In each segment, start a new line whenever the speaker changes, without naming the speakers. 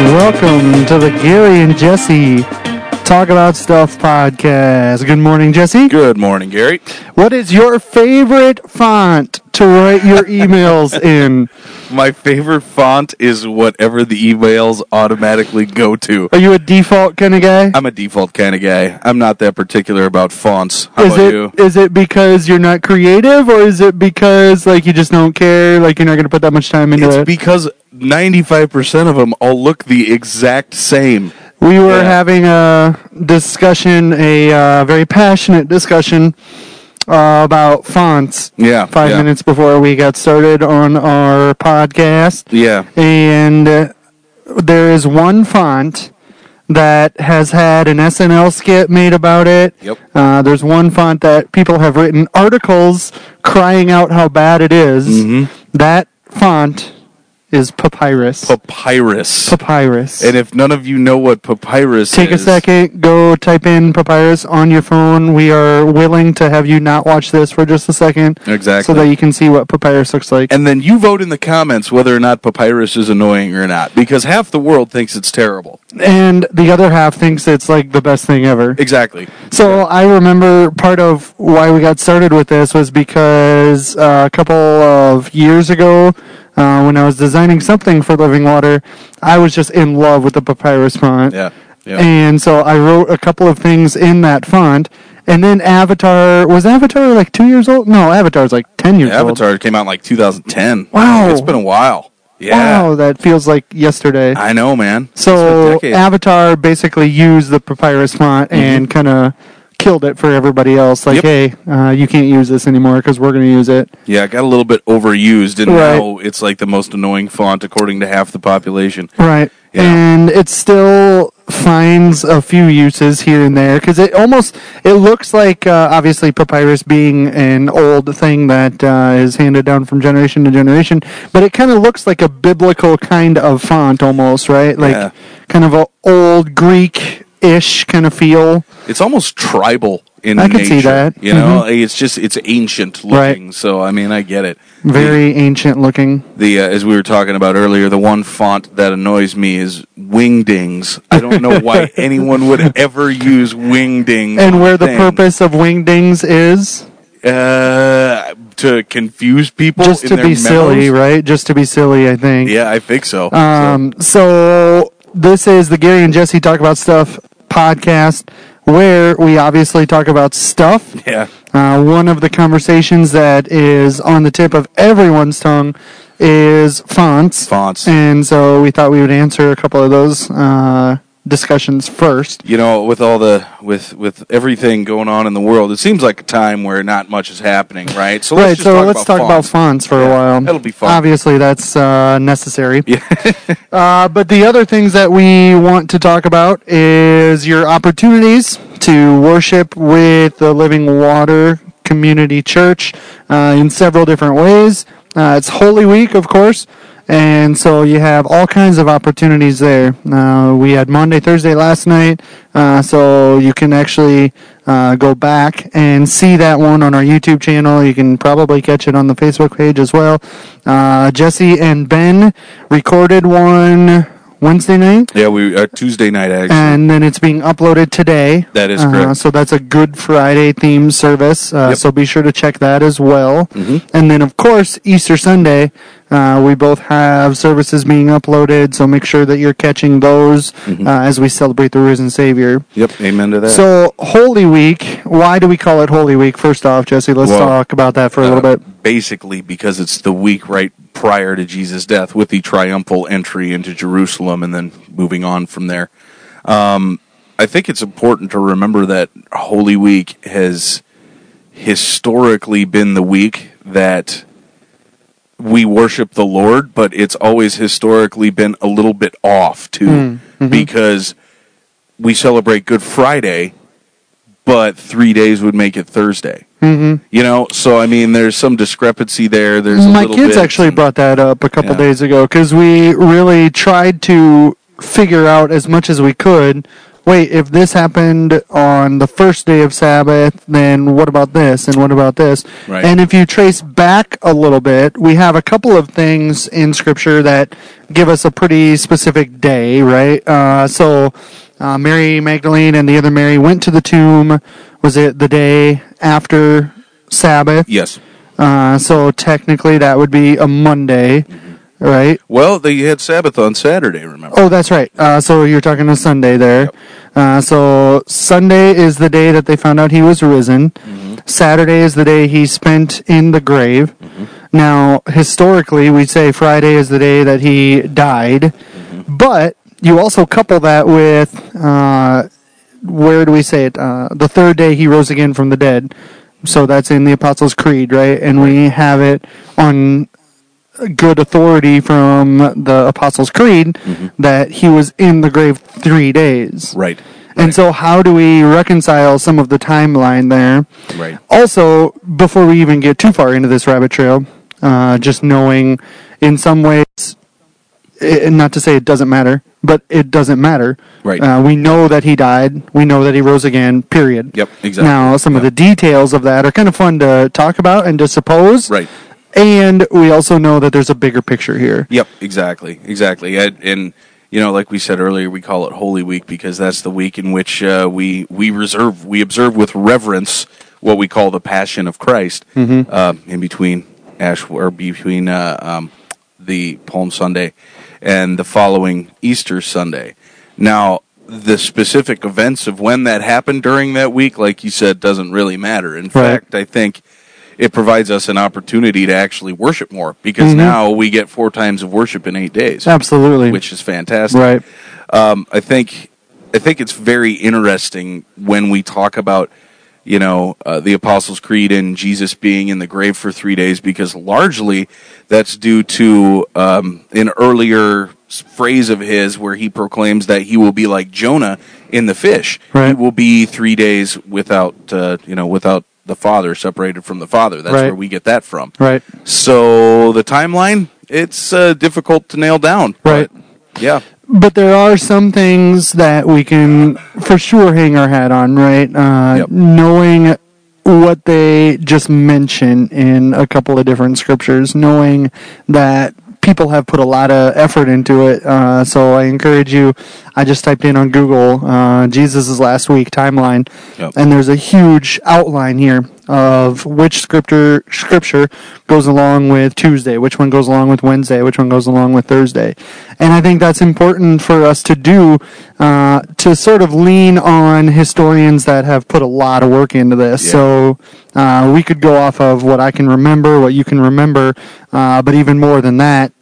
welcome to the Gary and Jesse Talk About Stuff podcast. Good morning, Jesse.
Good morning, Gary.
What is your favorite font to write your emails in?
My favorite font is whatever the emails automatically go to.
Are you a default kind of guy?
I'm a default kind of guy. I'm not that particular about fonts. How
is
about
it
you?
is it because you're not creative, or is it because like you just don't care, like you're not going to put that much time into
It's
it?
because 95% of them all look the exact same.
We were
Yeah.
having a discussion, a uh, very passionate discussion uh, about fonts
Yeah.
five
yeah,
minutes before we got started on our podcast.
Yeah.
And uh, there is one font that has had an SNL skit made about it.
Yep.
Uh, there's one font that people have written articles crying out how bad it is.
Mm-hmm.
That font is Papyrus.
Papyrus.
Papyrus.
and if none of you know what papyrus
Take a
is,
second, go type in papyrus on your phone. We are willing to have you not watch this for just a second.
Exactly.
So that you can see what papyrus looks like.
And then you vote in the comments whether or not papyrus is annoying or not, because half the world thinks it's terrible.
And the other half thinks it's like the best thing ever.
Exactly.
So I remember part of why we got started with this was because uh, a couple of years ago, uh, when I was designing something for Living Water, I was just in love with the papyrus font.
Yeah. Yeah.
And so I wrote a couple of things in that font. And then Avatar was Avatar like two years old? No, Avatar's like ten years old.
Avatar came out in like 2010.
Wow.
it's been a while. Yeah,
Wow, that feels like yesterday.
I know, man.
so
It's been Mm-hmm. a decade.
Avatar basically used the papyrus font and kind of killed it for everybody else. Like, hey, uh, you can't use this anymore because we're going to use it.
yeah, it got a little bit overused, and
Right.
now it's like the most annoying font according to half the population.
Right.
Yeah.
And it still finds a few uses here and there because it almost it looks like uh, obviously papyrus being an old thing that uh, is handed down from generation to generation, but it kind of looks like a biblical kind of font almost, right? Like
Yeah.
kind of a old Greek ish kind of feel.
It's almost tribal in
I can
nature.
see that. Mm-hmm.
You know, it's just it's ancient looking.
Right.
So I mean, I get it.
Very ancient looking.
the uh, as we were talking about earlier, the one font that annoys me is Wingdings. I don't know why anyone would ever use Wingdings.
And where the
thing.
purpose of wingdings is
uh, to confuse people,
just
in
to
their
be silly,
memos?
right? Just to be silly, I think.
Yeah, I think so.
Um, so this is the Gary and Jesse Talk About Stuff podcast, where we obviously talk about stuff.
So, yeah.
Uh, one of the conversations that is on the tip of everyone's tongue is fonts.
Fonts.
And so we thought we would answer a couple of those uh, discussions first.
You know, with all the with with everything going on in the world, it seems like a time where not much is happening, right? So
right, so let's talk about fonts
fonts.
for a
Yeah,
while.
that'll be fun.
Obviously, that's uh, necessary.
Yeah.
Uh, but the other things that we want to talk about is your opportunities to worship with the Living Water Community Church uh, in several different ways. Uh, it's Holy Week, of course, and so you have all kinds of opportunities there. Uh, we had Monday, Thursday last night, uh, so you can actually uh, go back and see that one on our YouTube channel. You can probably catch it on the Facebook page as well. Uh, Jesse and Ben recorded one Wednesday night,
yeah, we uh, Tuesday night actually.
and then it's being uploaded today.
That is
Uh,
correct.
so that's a Good Friday themed service. Uh,
Yep. Mm-hmm.
So be sure to check that as well. And then, of course, Easter Sunday, uh, we both have services being uploaded. So make sure that you're catching those
Mm-hmm.
uh, as we celebrate the risen Savior.
yep, amen to that.
So Holy Week, why do we call it Holy Week? First off, Jesse, let's
Well,
talk about that for a little
Uh,
bit.
Basically, because it's the week right prior to Jesus' death, with the triumphal entry into Jerusalem, and then moving on from there. Um, I think it's important to remember that Holy Week has historically been the week that we worship the Lord, but it's always historically been a little bit off
Hmm.
too,
Mm-hmm.
because we celebrate Good Friday, but three days would make it Thursday. Mm-hmm. You know, so I mean, there's some discrepancy there. There's a
My
little
kids
bit-
actually brought that up a couple
Yeah.
days ago because we really tried to figure out as much as we could wait, if this happened on the first day of Sabbath, then what about this? And what about this?
Right.
And if you trace back a little bit, we have a couple of things in Scripture that give us a pretty specific day, right? Uh, so uh, Mary Magdalene and the other Mary went to the tomb. Was it the day after Sabbath?
Yes.
Uh, so technically, that would be a Monday, right?
Well, they had Sabbath on Saturday, remember?
Oh, that's right. Uh, so you're talking to Sunday there. Uh, so Sunday is the day that they found out he was risen. Saturday is the day he spent in the grave. Now, historically, we say Friday is the day that he died, but you also couple that with uh, where do we say it? Uh, the third day he rose again from the dead. So that's in the Apostles' Creed, right? And we have it on good authority from the Apostles' Creed that he was in the grave three days.
Right.
And so, how do we reconcile some of the timeline there?
Right.
Also, before we even get too far into this rabbit trail, uh, just knowing in some ways, i not to say it doesn't matter, but it doesn't matter.
Right.
Uh, we know that he died. We know that he rose again, period.
Yep, exactly.
Now, some of the details of that are kind of fun to talk about and to suppose.
Right.
And we also know that there's a bigger picture here.
Yep, exactly, exactly. And, and you know, like we said earlier, we call it Holy Week because that's the week in which uh, we we reserve we observe with reverence what we call the Passion of Christ. Uh, in between Ash or between uh, um, the Palm Sunday and the following Easter Sunday. Now, the specific events of when that happened during that week, like you said, doesn't really matter. In
Right.
fact, I think it provides us an opportunity to actually worship more because now we get four times of worship in eight days,
Absolutely.
which is fantastic.
right.
Um, I think I think it's very interesting when we talk about you know uh, the Apostles' Creed and Jesus being in the grave for three days because largely that's due to um, an earlier s- phrase of his where he proclaims that he will be like Jonah in the fish. He
Right.
will be three days without uh, you know without the Father, separated from the Father. That's
Right.
where we get that from.
Right.
So the timeline it's uh, difficult to nail down.
Right.
but, yeah.
but there are some things that we can for sure hang our hat on, right? Uh,
Yep.
Knowing what they just mention in a couple of different scriptures, knowing that people have put a lot of effort into it. Uh, so I encourage you. I just typed in on Google uh, Jesus' last week timeline,
Yep.
and there's a huge outline here of which scripture scripture goes along with Tuesday, which one goes along with Wednesday, which one goes along with Thursday, and I think that's important for us to do uh, to sort of lean on historians that have put a lot of work into this.
Yeah.
So uh, we could go off of what I can remember, what you can remember, uh, but even more than that,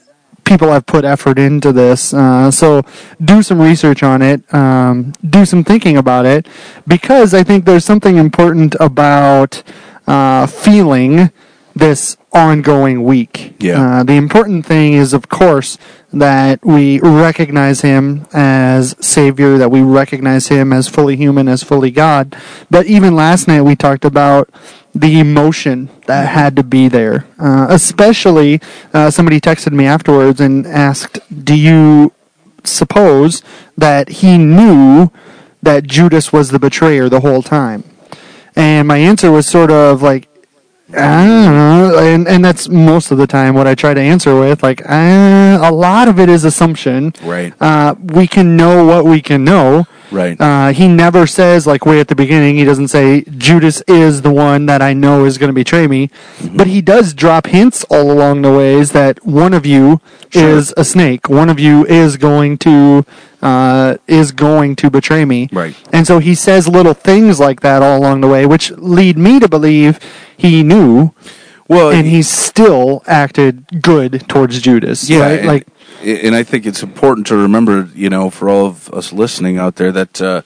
people have put effort into this. Uh, so do some research on it, um, do some thinking about it, because I think there's something important about uh, feeling this ongoing week.
Yeah.
Uh, the important thing is, of course, that we recognize him as Savior, that we recognize him as fully human, as fully God. But even last night, we talked about the emotion that had to be there. Uh, especially, uh, somebody texted me afterwards and asked, Do you suppose that he knew that Judas was the betrayer the whole time? And my answer was sort of like, I don't know, and and that's most of the time what I try to answer with. Like, uh, a lot of it is assumption.
Right.
Uh, we can know what we can know.
Right.
Uh, he never says like way at the beginning. He doesn't say Judas is the one that I know is going to betray me,
Mm-hmm.
but he does drop hints all along the ways that one of you
Sure.
is a snake. One of you is going to uh, is going to betray me.
Right.
And so he says little things like that all along the way, which lead me to believe he knew,
well,
and he still acted good towards Judas.
yeah,
right?
and,
like
and I think it's important to remember, you know, for all of us listening out there, that uh,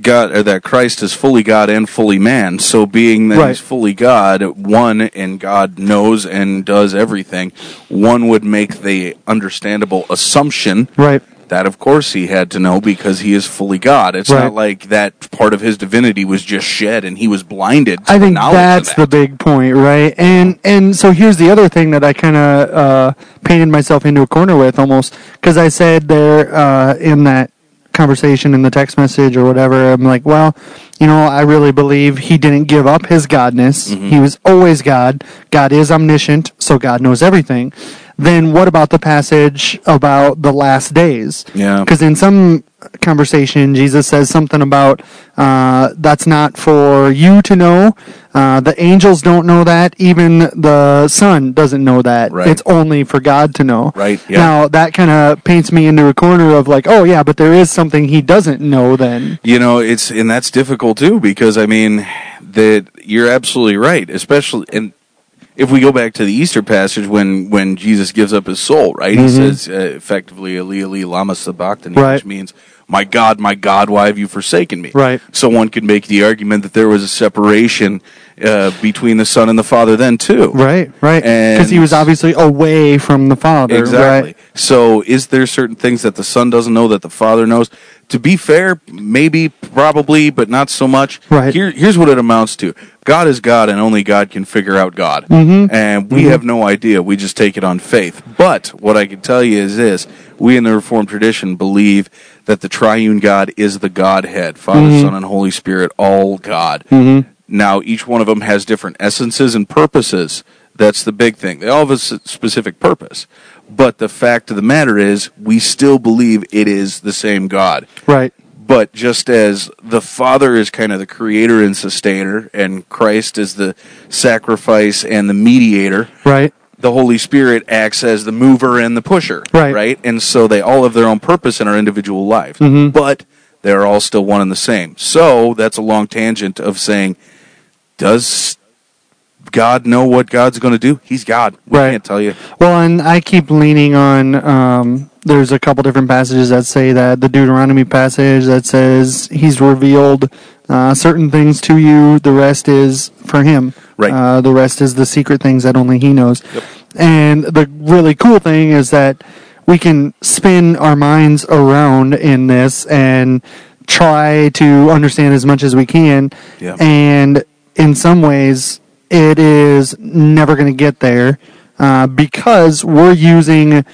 God or that Christ is fully God and fully man. So, being that
Right.
He's fully God, one and God knows and does everything, one would make the understandable assumption
right,
that of course he had to know because he is fully God. It's
Right.
not like that part of his divinity was just shed and he was blinded. To
I
the
think
knowledge of
that's the
that.
big point, right? And and so here's the other thing that I kind of uh, painted myself into a corner with almost because I said there uh, in that conversation in the text message or whatever, I'm like, well, you know, I really believe he didn't give up his godness.
Mm-hmm.
He was always God. God is omniscient, so God knows everything. Then what about the passage about the last days?
Yeah.
Because in some conversation, Jesus says something about uh, that's not for you to know. Uh, the angels don't know that. Even the Son doesn't know that.
Right.
It's only for God to know.
Right, yeah.
Now, that kind of paints me into a corner of like, oh, yeah, but there is something he doesn't know then.
you know it's and that's difficult too because i mean that you're absolutely right especially and if we go back to the easter passage when when jesus gives up his soul right he says uh, effectively eli eli lama sabachthani
Mm-hmm. Right.
which means my god my god why have you forsaken me
Right.
so one could make the argument that there was a separation uh, between the son and the father then too
Right, right.
And-
Because he was obviously away from the Father.
Exactly.
Right?
So, is there certain things that the son doesn't know that the father knows? To be fair, maybe, probably, but not so much.
Right.
Here, here's what it amounts to: God is God, and only God can figure out God, and we have no idea. We just take it on faith. But what I can tell you is this: we in the Reformed tradition believe that the Triune God is the Godhead, Father, Son, and Holy Spirit, all God. Now, each one of them has different essences and purposes. That's the big thing. They all have a s- specific purpose. But the fact of the matter is, we still believe it is the same God.
Right.
But just as the Father is kind of the creator and sustainer, and Christ is the sacrifice and the mediator,
Right.
the Holy Spirit acts as the mover and the pusher,
Right.
And so they all have their own purpose in our individual lives,
Mm-hmm.
but they're all still one and the same. So that's a long tangent of saying, does God know what God's going to do? He's God. We
Right.
can't tell you.
Well, and I keep leaning on. Um, there's a couple different passages that say that the Deuteronomy passage that says he's revealed uh, certain things to you. The rest is for him.
Right.
Uh, the rest is the secret things that only he knows. And the really cool thing is that we can spin our minds around in this and try to understand as much as we can.
Yeah.
And in some ways, it is never going to get there uh, because we're using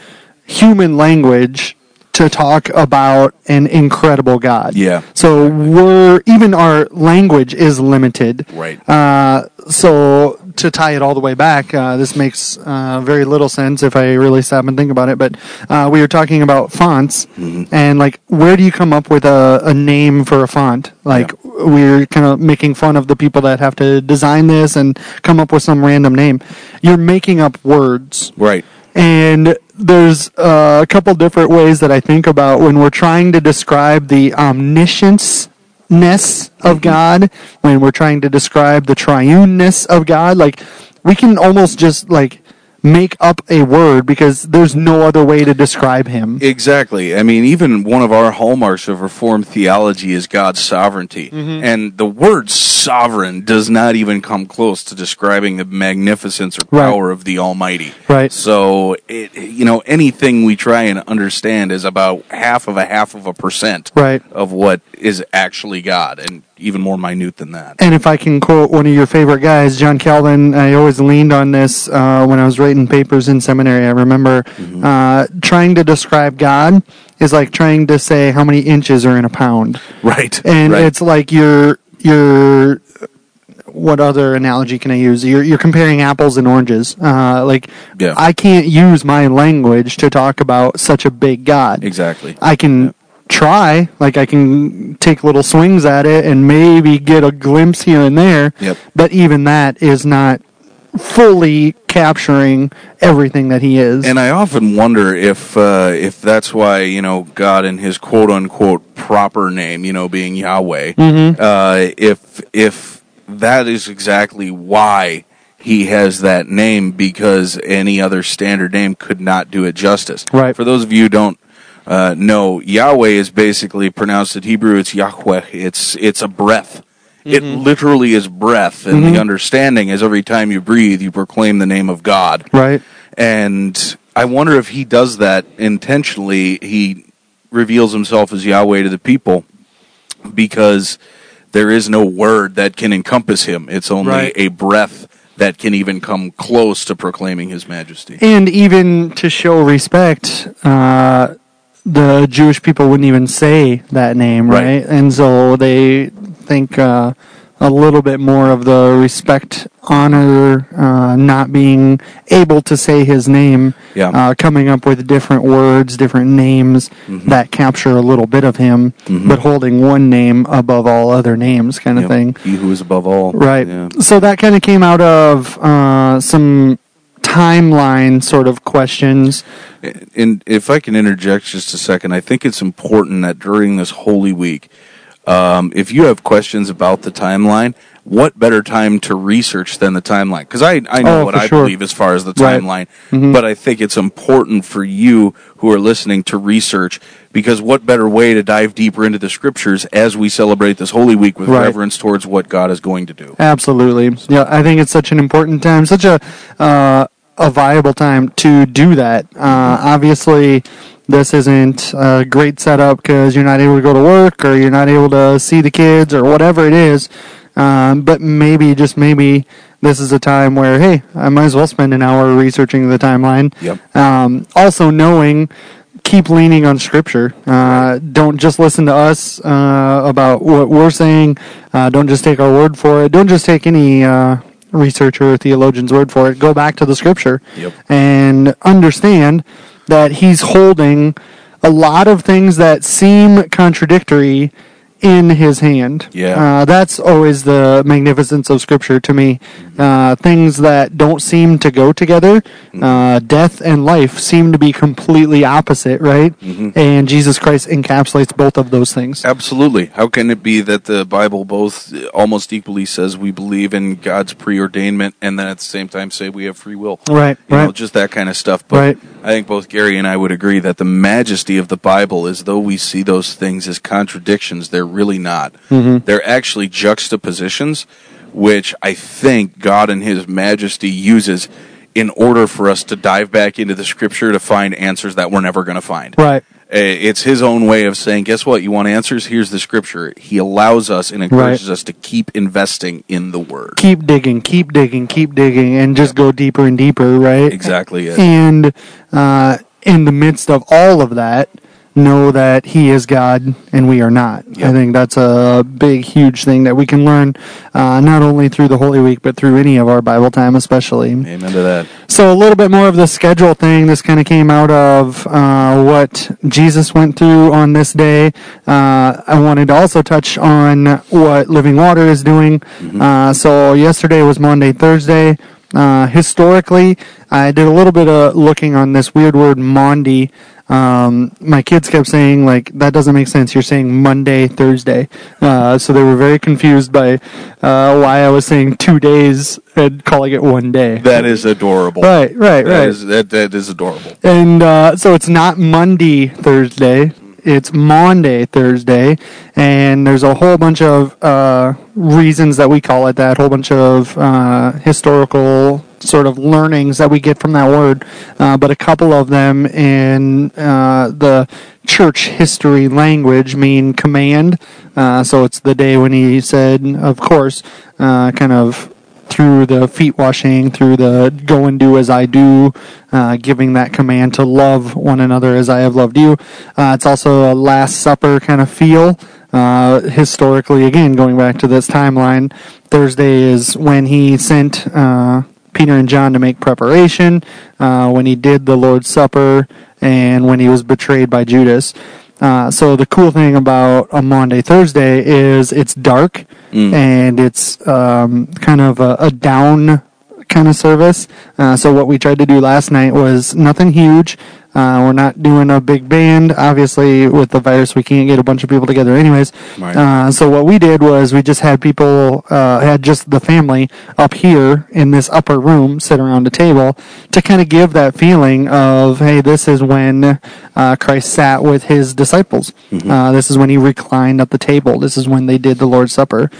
human language to talk about an incredible God.
Yeah.
So we're even our language is limited.
Right.
Uh, so to tie it all the way back, uh, this makes uh, very little sense if I really stop and think about it. But uh, we were talking about fonts and like where do you come up with a, a name for a font? Like we're kind of making fun of the people that have to design this and come up with some random name. You're making up words
Right.
and there's uh, a couple different ways that I think about when we're trying to describe the omniscience ness of God, when we're trying to describe the triuneness of God, like we can almost just like make up a word because there's no other way to describe him.
Exactly. I mean, even one of our hallmarks of Reformed theology is God's sovereignty.
Mm-hmm.
And the word sovereign does not even come close to describing the magnificence or
Right.
power of the Almighty.
Right.
So, it, you know, anything we try and understand is about half of a half of a percent
Right.
of what is actually God, and even more minute than that.
And if I can quote one of your favorite guys, John Calvin, I always leaned on this uh, when I was writing papers in seminary. I remember uh, trying to describe God is like trying to say how many inches are in a pound,
Right.
and
right.
it's like you're you're what other analogy can I use? You're you're comparing apples and oranges. Uh, like
Yeah.
I can't use my language to talk about such a big God.
exactly.
I can try, like I can take little swings at it and maybe get a glimpse here and there.
Yep.
But even that is not fully capturing everything that he is.
And I often wonder if uh, if that's why you know God in His quote unquote proper name, you know, being Yahweh,
Mm-hmm.
uh, if if that is exactly why He has that name, because any other standard name could not do it justice.
Right.
For those of you who don't uh, know, Yahweh is basically pronounced in Hebrew. It's Yahweh. It's it's a breath. It
Mm-hmm.
literally is breath, and the understanding is every time you breathe, you proclaim the name of God
right.
and I wonder if he does that intentionally. He reveals himself as Yahweh to the people because there is no word that can encompass him. It's only
Right.
a breath that can even come close to proclaiming his majesty.
And even to show respect, uh, the Jewish people wouldn't even say that name,
Right.
right? And so they think uh, a little bit more of the respect, honor, uh, not being able to say his name,
Yeah.
uh, coming up with different words, different names
Mm-hmm.
that capture a little bit of him, but holding one name above all other names, kind of
Yep.
thing.
He who is above all.
Right.
Yeah.
So that kind of came out of uh, some timeline sort of questions.
And if I can interject just a second, I think it's important that during this Holy Week, um, if you have questions about the timeline, what better time to research than the timeline? Because I, I know
Oh,
what
for
I
sure.
believe as far as the
Right. Mm-hmm.
timeline, but I think it's important for you who are listening to research because what better way to dive deeper into the scriptures as we celebrate this Holy Week with
Right.
reverence towards what God is going to do?
Absolutely. Yeah, I think it's such an important time, such a uh, a viable time to do that. Uh, obviously, this isn't a great setup because you're not able to go to work or you're not able to see the kids or whatever it is. Um, but maybe, just maybe, this is a time where hey, I might as well spend an hour researching the timeline.
Yep.
Um, also, knowing keep leaning on scripture. Uh, don't just listen to us uh, about what we're saying. Uh, don't just take our word for it. Don't just take any uh, researcher or theologian's word for it. Go back to the scripture
Yep.
and understand that he's holding a lot of things that seem contradictory in his hand.
Yeah.
Uh, that's always the magnificence of Scripture to me. Uh, things that don't seem to go together,
Mm-hmm.
uh, death and life seem to be completely opposite, right?
Mm-hmm.
And Jesus Christ encapsulates both of those things.
Absolutely. How can it be that the Bible both almost equally says we believe in God's preordainment and then at the same time say we have free will?
Right,
You know,
right.
just that kind of stuff. But
Right.
I think both Gary and I would agree that the majesty of the Bible is though we see those things as contradictions, they're really not.
Mm-hmm.
They're actually juxtapositions, which I think God in His majesty uses in order for us to dive back into the scripture to find answers that we're never going to find.
Right.
Uh, it's his own way of saying, guess what? You want answers? Here's the scripture. He allows us and encourages us to keep investing in the word.
Keep digging, keep digging, keep digging, and just go deeper and deeper, right?
Exactly it.
And uh, in the midst of all of that, know that He is God and we are not.
Yep.
I think that's a big, huge thing that we can learn, uh, not only through the Holy Week, but through any of our Bible time, especially.
Amen to that.
So, a little bit more of the schedule thing. This kind of came out of uh, what Jesus went through on this day. Uh, I wanted to also touch on what Living Water is doing. Uh, so, yesterday was Monday, Thursday. Uh, historically, I did a little bit of looking on this weird word, Maundy. Um, my kids kept saying, like, that doesn't make sense. You're saying Monday, Thursday. Uh, so they were very confused by uh, why I was saying two days and calling it one day.
That is adorable.
Right, right,
That
right.
is- that, that is adorable.
and uh, so it's not Monday, Thursday. It's Monday, Thursday, and there's a whole bunch of uh, reasons that we call it that. A whole bunch of uh, historical sort of learnings that we get from that word, uh, but a couple of them in uh, the church history language mean command. Uh, so it's the day when he said, "Of course," uh, kind of through the feet washing, through the go and do as I do, uh, giving that command to love one another as I have loved you. Uh, it's also a Last Supper kind of feel. Uh, historically, again, going back to this timeline, Thursday is when he sent uh, Peter and John to make preparation, uh, when he did the Lord's Supper, and when he was betrayed by Judas. Uh, so the cool thing about a Monday Thursday is it's dark and it's um, kind of a, a down kind of service. Uh, so what we tried to do last night was nothing huge. Uh, we're not doing a big band. Obviously, with the virus, we can't get a bunch of people together, anyways.
Right.
Uh, so what we did was we just had people, uh, had just the family up here in this upper room, sit around a table to kind of give that feeling of, hey, this is when uh, Christ sat with his disciples. Uh, this is when he reclined at the table. This is when they did the Lord's Supper.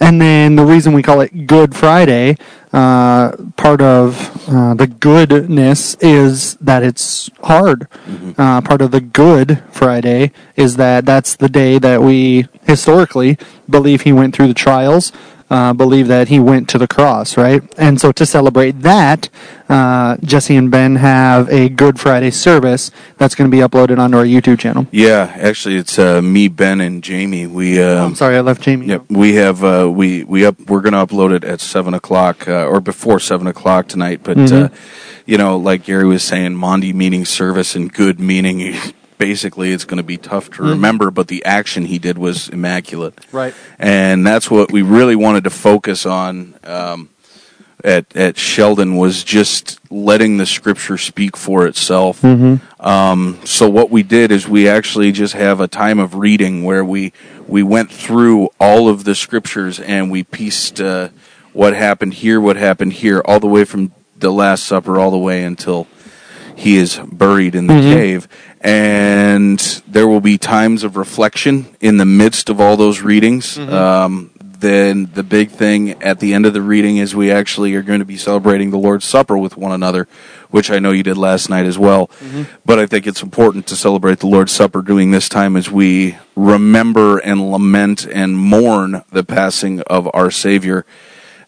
And then the reason we call it Good Friday, uh, part of uh, the goodness is that it's hard.
Mm-hmm.
Uh, part of the Good Friday is that that's the day that we historically believe he went through the trials. uh, believe that he went to the cross, right? And so to celebrate that, uh, Jesse and Ben have a Good Friday service that's going to be uploaded onto our YouTube channel.
Yeah, actually, it's uh, me, Ben, and Jamie. We um,
I'm sorry, I left Jamie.
Yep, we have uh, we we up. We're going to upload it at seven o'clock uh, or before seven o'clock tonight. But uh, you know, like Gary was saying, Mondi meaning service and good meaning. Basically, it's going to be tough to remember, but the action he did was immaculate,
Right.
and that's what we really wanted to focus on. Um, at at Sheldon was just letting the scripture speak for itself. Um, so what we did is we actually just have a time of reading where we we went through all of the scriptures and we pieced uh, what happened here, what happened here, all the way from the Last Supper all the way until he is buried in the cave. And there will be times of reflection in the midst of all those readings. Um, then the big thing at the end of the reading is we actually are going to be celebrating the Lord's Supper with one another, which I know you did last night as well. But I think it's important to celebrate the Lord's Supper during this time as we remember and lament and mourn the passing of our Savior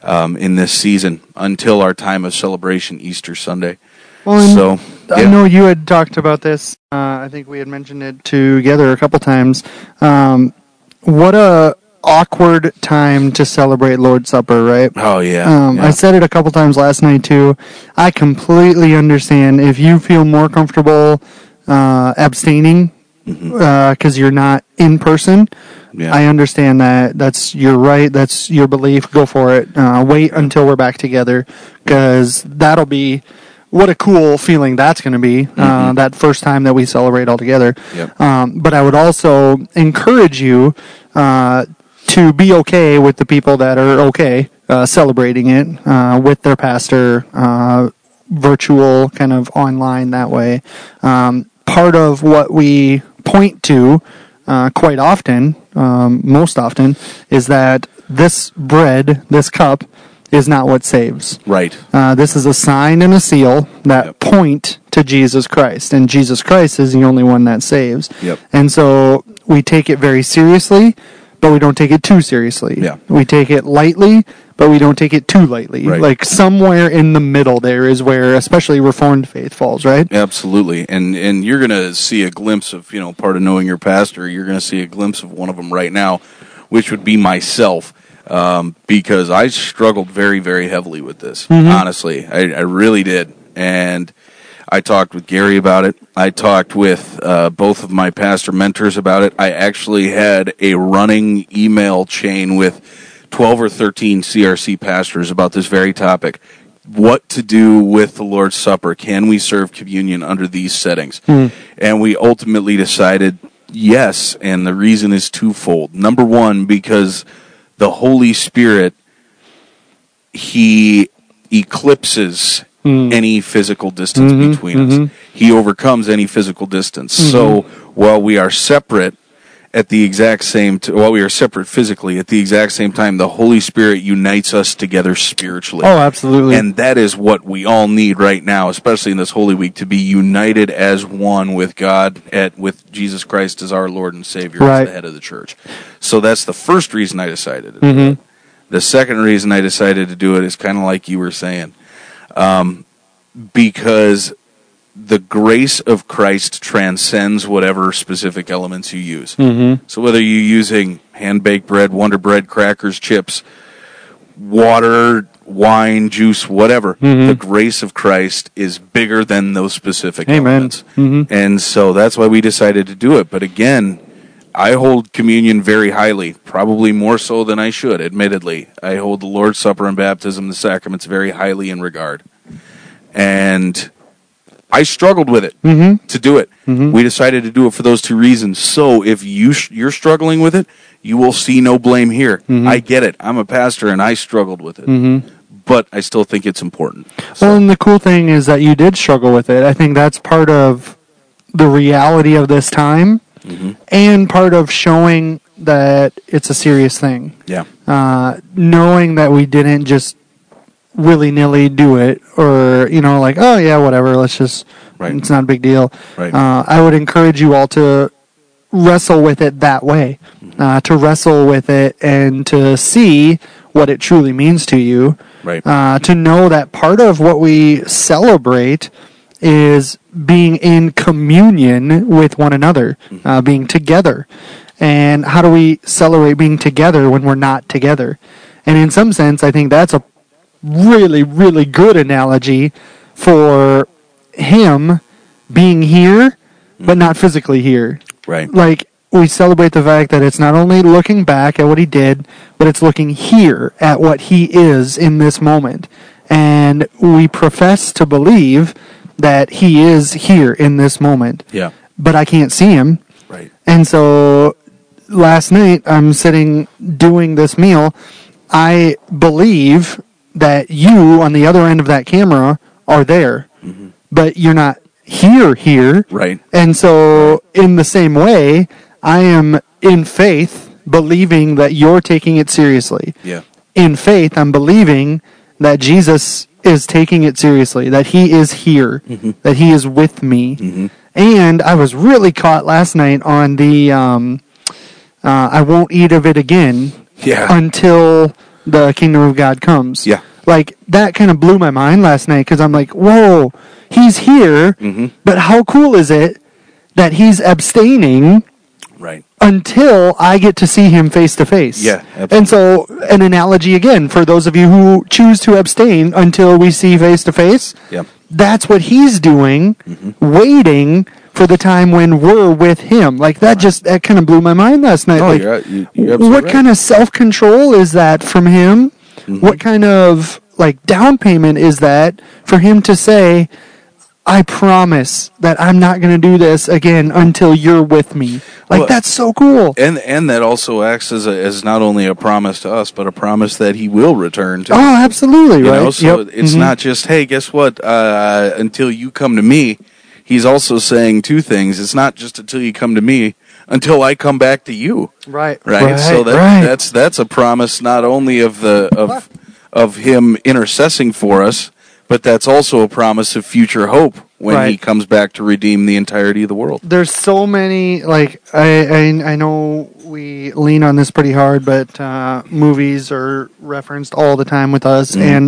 um, in this season until our time of celebration, Easter Sunday.
Well, and
so
I
yeah.
know you had talked about this. Uh, I think we had mentioned it together a couple times. Um, what a awkward time to celebrate Lord's Supper, right?
Oh yeah.
Um,
yeah.
I said it a couple times last night too. I completely understand if you feel more comfortable uh, abstaining
Mm-hmm.
because you're not in person.
Yeah.
I understand that. That's your right. That's your belief. Go for it. Uh, wait until we're back together because that'll be what a cool feeling that's going to be uh, that first time that we celebrate all together.
Yep.
Um, but I would also encourage you uh, to be okay with the people that are okay uh, celebrating it uh, with their pastor, uh, virtual, kind of online that way. Um, part of what we point to uh, quite often, um, most often, is that this bread, this cup, is not what saves.
right.
Uh, this is a sign and a seal that
Yep.
point to Jesus Christ, and Jesus Christ is the only one that saves.
Yep.
And so we take it very seriously, but we don't take it too seriously.
Yeah.
We take it lightly, but we don't take it too lightly.
Right.
Like somewhere in the middle, there is where, especially Reformed faith, falls. Right.
Absolutely. And and you're going to see a glimpse of, you know, part of knowing your pastor, you're going to see a glimpse of one of them right now, which would be myself. Um, because I struggled very, very heavily with this. Honestly, I, I really did. And I talked with Gary about it. I talked with uh, both of my pastor mentors about it. I actually had a running email chain with 12 or 13 CRC pastors about this very topic. What to do with the Lord's Supper? Can we serve communion under these settings? And we ultimately decided yes, and the reason is twofold. Number one, because the Holy Spirit, He eclipses any physical distance between us, He overcomes any physical distance. So while we are separate, at the exact same t- while we are separate physically at the exact same time the holy spirit unites us together spiritually
Oh, absolutely.
and that is what we all need right now especially in this holy week to be united as one with god at with jesus christ as our lord and savior
Right.
as the head of the church so that's the first reason i decided to
Mm-hmm.
do it. the second reason i decided to do it is kind of like you were saying um, because the grace of Christ transcends whatever specific elements you use. Mm-hmm. So whether you're using hand baked bread, Wonder Bread, crackers, chips, water, wine, juice, whatever, the grace of Christ is bigger than those specific
Amen.
elements.
Mm-hmm.
And so that's why we decided to do it. But again, I hold communion very highly, probably more so than I should, admittedly. I hold the Lord's Supper and baptism, the sacraments, very highly in regard. And I struggled with it to do it. We decided to do it for those two reasons. So if you sh- you're struggling with it, you will see no blame here. I get it. I'm a pastor and I struggled with it, but I still think it's important. So,
Well, and the cool thing is that you did struggle with it. I think that's part of the reality of this time
Mm-hmm.
and part of showing that it's a serious thing.
yeah,
Uh, knowing that we didn't just willy nilly do it or, you know, like, oh, yeah, whatever, let's just,
Right.
it's not a big deal.
Right.
Uh, I would encourage you all to wrestle with it that way.
Mm-hmm.
uh, to wrestle with it and to see what it truly means to you.
Right.
Uh, to know that part of what we celebrate is being in communion with one another, uh, being together. And how do we celebrate being together when we're not together? And in some sense, I think that's a really, really good analogy for him being here, but not physically here.
right.
Like, we celebrate the fact that it's not only looking back at what he did, but it's looking here at what he is in this moment. And we profess to believe that he is here in this moment,
Yeah.
but I can't see him.
Right.
And so last night I'm sitting doing this meal. I believe that you on the other end of that camera are there, but you're not here, here.
Right.
And so, in the same way, I am in faith believing that you're taking it seriously.
Yeah.
In faith, I'm believing that Jesus is taking it seriously, that he is here, that he is with me. And I was really caught last night on the um, uh, I won't eat of it again
Yeah.
until the kingdom of God comes.
Yeah.
Like that kind of blew my mind last night because I'm like, whoa, he's here,
Mm-hmm.
but how cool is it that he's abstaining
Right.
until I get to see him face to face?
Yeah, absolutely.
And so, an analogy again for those of you who choose to abstain until we see face to face,
Yeah. Mm-hmm.
that's what he's doing, waiting for the time when we're with him. Like that just that kind of blew my mind last night.
No,
like,
you're- you- you're absolutely
what
right. Mm-hmm.
kind of self control is that from him? What kind of like down payment is that for him to say, "I promise that I'm not going to do this again until you're with me"? Like
Well,
that's so cool.
And and that also acts as a, as not only a promise to us, but a promise that he will return to.
oh, absolutely
you
right.
know, so
Yep.
it's
Mhm.
not just hey, guess what? Uh, until you come to me, he's also saying two things. It's not just until you come to me, until I come back to you.
right.
right? so that,
right.
that's that's a promise not only of the of of him intercessing for us, but that's also a promise of future hope when he
Right.
comes back to redeem the entirety of the world.
there's so many like I, I I know we lean on this pretty hard, but uh, movies are referenced all the time with us, and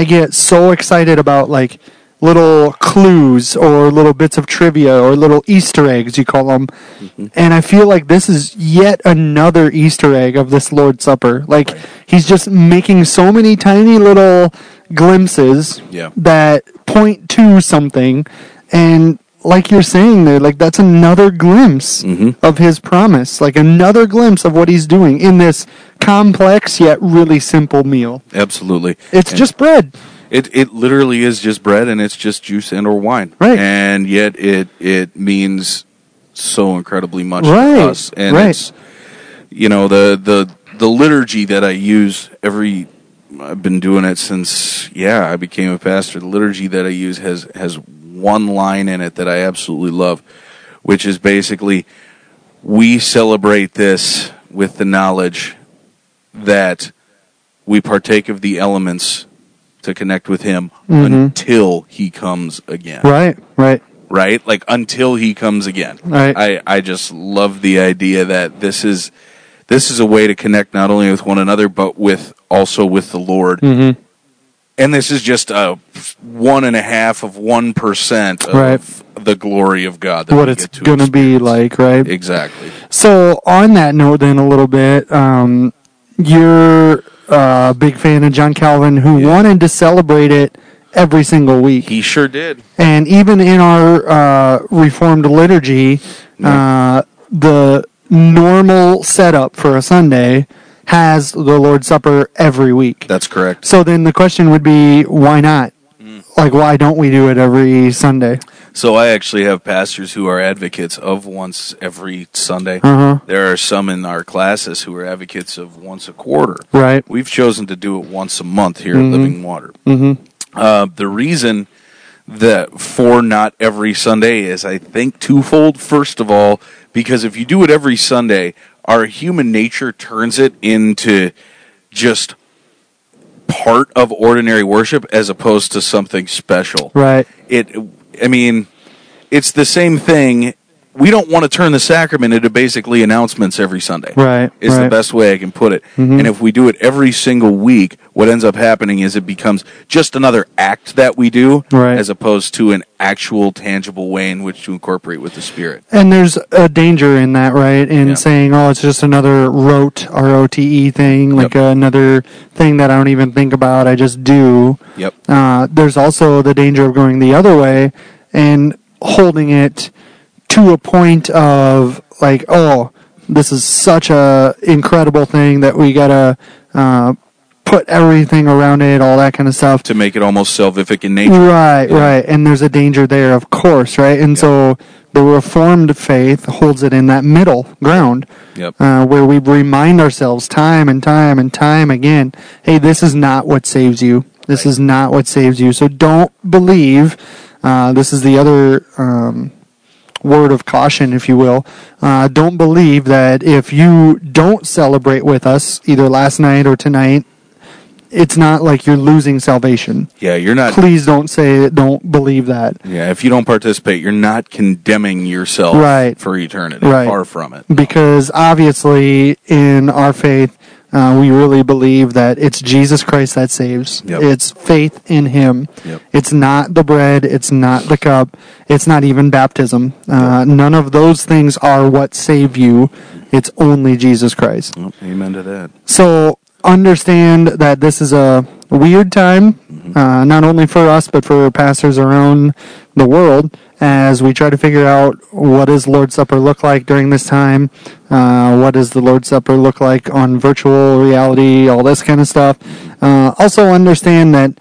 I get so excited about like little clues or little bits of trivia or little Easter eggs you call them, and I feel like this is yet another Easter egg of this Lord's Supper. Like he's just making so many tiny little glimpses
Yeah.
that point to something and like you're saying there like that's another glimpse
Mm-hmm.
of his promise like another glimpse of what he's doing in this complex yet really simple meal
Absolutely,
it's
And
just bread
it. It literally is just bread, and it's just juice and or wine,
Right.
And yet it it means so incredibly much
Right,
to us, and
right.
it's you know the the the liturgy that I use every I've been doing it since yeah I became a pastor. The liturgy that I use has has one line in it that I absolutely love, which is basically we celebrate this with the knowledge that we partake of the elements to connect with him until he comes again
Mm-hmm. right right
right? Like until he comes again.
Right.
I, I just love the idea that this is this is a way to connect not only with one another but with also with the Lord.
Mhm.
And this is just a one and a half of one percent of
Right.
the glory of God. That
what
we
it's
get to
gonna be
experience.
like right
Exactly.
so on that note then a little bit um you're a big fan of john calvin who wanted to celebrate it every single week
He sure did.
And even in our uh, Reformed liturgy, uh, the normal setup for a Sunday has the Lord's Supper every week.
That's correct.
So then the question would be, why not?
Mm.
Like, why don't we do it every Sunday?
So I actually have pastors who are advocates of once every Sunday.
Uh huh.
There are some in our classes who are advocates of once a quarter.
Right.
We've chosen to do it once a month here at Living Water.
Mm-hmm.
Uh, the reason that for not every Sunday is, I think, twofold. First of all, because if you do it every Sunday, our human nature turns it into just part of ordinary worship as opposed to something special
Right.
it i mean it's the same thing we don't want to turn the sacrament into basically announcements every Sunday.
Right,
Is the
right. Mm-hmm.
best way I can put it. And if we do it every single week, what ends up happening is it becomes just another act that we do
Right.
as opposed to an actual tangible way in which to incorporate with the spirit.
And there's a danger in that, right? In
Yeah.
saying, "Oh, it's just another rote R O T E thing, like
Yep.
uh, another thing that I don't even think about. I just do."
Yep.
Uh, there's also the danger of going the other way and holding it to a point of like, "Oh, this is such a incredible thing that we gotta uh, put everything around it, all that kind of stuff."
To make it almost salvific in nature.
Right,
Yeah.
right. And there's a danger there, of course, right? And so the Reformed faith holds it in that middle ground
Yep.
uh, where we remind ourselves time and time and time again hey, this is not what saves you. This is not what saves you. So don't believe. Uh, this is the other um, word of caution, if you will. Uh, don't believe that if you don't celebrate with us, either last night or tonight, it's not like you're losing salvation
yeah, you're not
please don't say it. Don't believe that.
Yeah, if you don't participate, you're not condemning yourself
Right.
for eternity.
Right.
Far from it.
Because obviously, in our faith, uh, we really believe that it's Jesus Christ that saves.
Yep.
It's faith in Him.
Yep.
It's not the bread. It's not the cup. It's not even baptism. Uh, None of those things are what save you. It's only Jesus Christ.
Oh, amen to that.
So understand that this is a weird time, uh, not only for us but for pastors around the world, as we try to figure out what does Lord's Supper look like during this time, uh, what does the Lord's Supper look like on virtual reality, all this kind of stuff. Uh, also understand that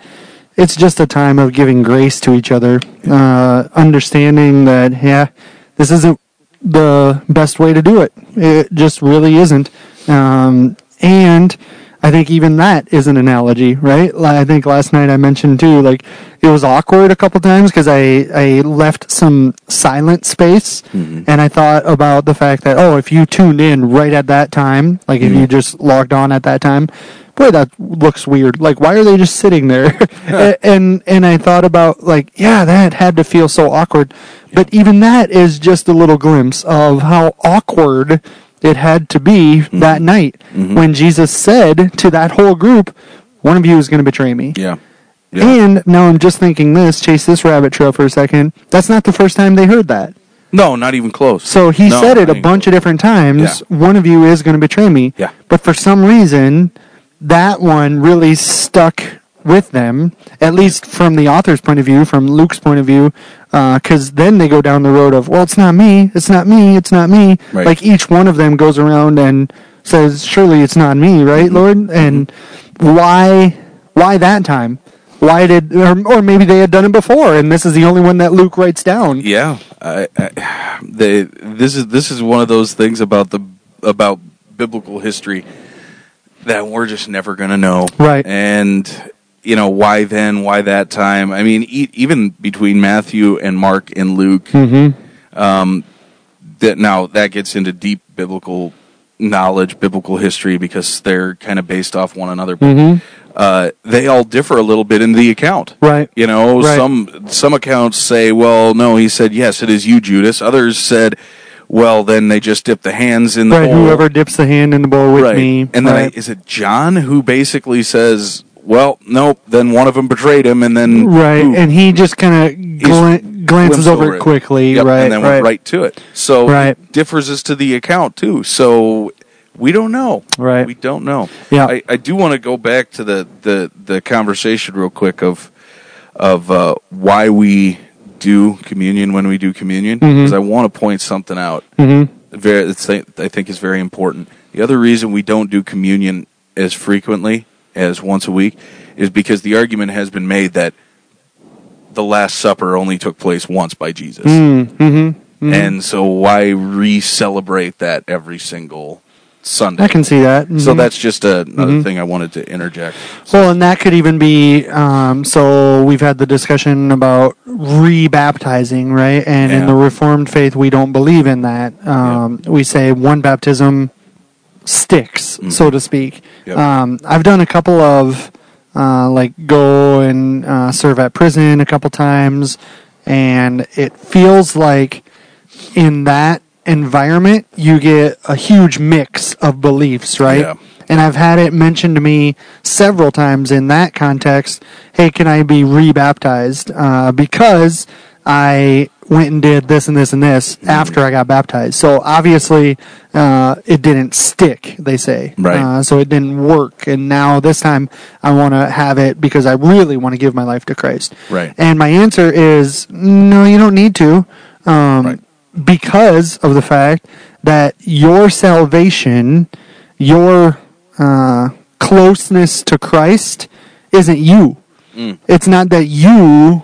it's just a time of giving grace to each other, uh, understanding that yeah, this isn't the best way to do it. It just really isn't. Um, and I think even that is an analogy, right? Like, I think last night I mentioned too, like it was awkward a couple times because I I left some silent space, and I thought about the fact that oh, if you tuned in right at that time, like if you just logged on at that time, boy that looks weird like why are they just sitting there A- and and i thought about like yeah that had to feel so awkward but even that is just a little glimpse of how awkward it had to be that night when jesus said to that whole group one of you is going to betray me
Yeah.
and now i'm just thinking this chase this rabbit trail for a second that's not the first time they heard that
No, not even close.
so he
No,
said it
not
a
even
bunch of
close.
different times.
Yeah.
One of you is going to betray me.
Yeah.
But for some reason, that one really stuck with them, at least from the author's point of view, from Luke's point of view, because then they go down the road of, well, it's not me, it's not me, it's not me.
Right.
Like each one of them goes around and says, surely it's not me, right,
Mm-hmm.
Lord? And why, why that time? Why did, or, or maybe they had done it before, and this is the only one that Luke writes down.
Yeah, I, I, the, this is this is one of those things about the about biblical history that we're just never going to know.
Right.
And you know why then? Why that time? I mean, e- even between Matthew and Mark and Luke,
Hmm. Mm-hmm,
that now that gets into deep biblical knowledge, biblical history, because they're kind of based off one another.
Hmm. mm-hmm.
Uh, they all differ a little bit in the account,
Right.
You know,
Right.
some some accounts say, "Well, no," he said, "Yes, it is you, Judas." Others said, "Well, then they just dip the hands in the
Right,
bowl."
whoever dips the hand in the bowl with
right?
me.
And then I,
right.
is it John who basically says, "Well, nope." Then one of them betrayed him, and then
right,
who?
and he just kind of gl- glances
Glimpse
over it quickly,
Yep,
right?
and then
right,
went right to it. So
Right.
it differs as to the account too. So we don't know.
Right.
We don't know.
Yeah.
I, I do want to go back to the, the, the conversation real quick of of uh, why we do communion when we do communion
Mm-hmm.
because I want to point something out. Very, it's, I think is very important. The other reason we don't do communion as frequently as once a week is because the argument has been made that the Last Supper only took place once by Jesus.
Mm, mm-hmm,
And so why re celebrate that every single Sunday?
I can see that.
So
mhm.
that's just a, another thing I wanted to interject.
well, and that could even be. Um, so we've had the discussion about rebaptizing, right? And in
Yeah.
the Reformed faith, we don't believe in that. Um, We say one baptism sticks, so to speak.
Mm-hmm. Yep.
Um, I've done a couple of uh, like go and uh, serve at prison a couple times, and it feels like in that environment, you get a huge mix of beliefs, right?
Yeah.
And I've had it mentioned to me several times in that context. Hey, can I be rebaptized uh, because I went and did this and this and this after I got baptized? So obviously, uh, it didn't stick. They say,
Right.
Uh, so it didn't work. And now this time, I want to have it because I really want to give my life to Christ.
Right.
And my answer is no, you don't need to Um,
right.
because of the fact that your salvation, your uh, closeness to Christ, isn't you. It's not that you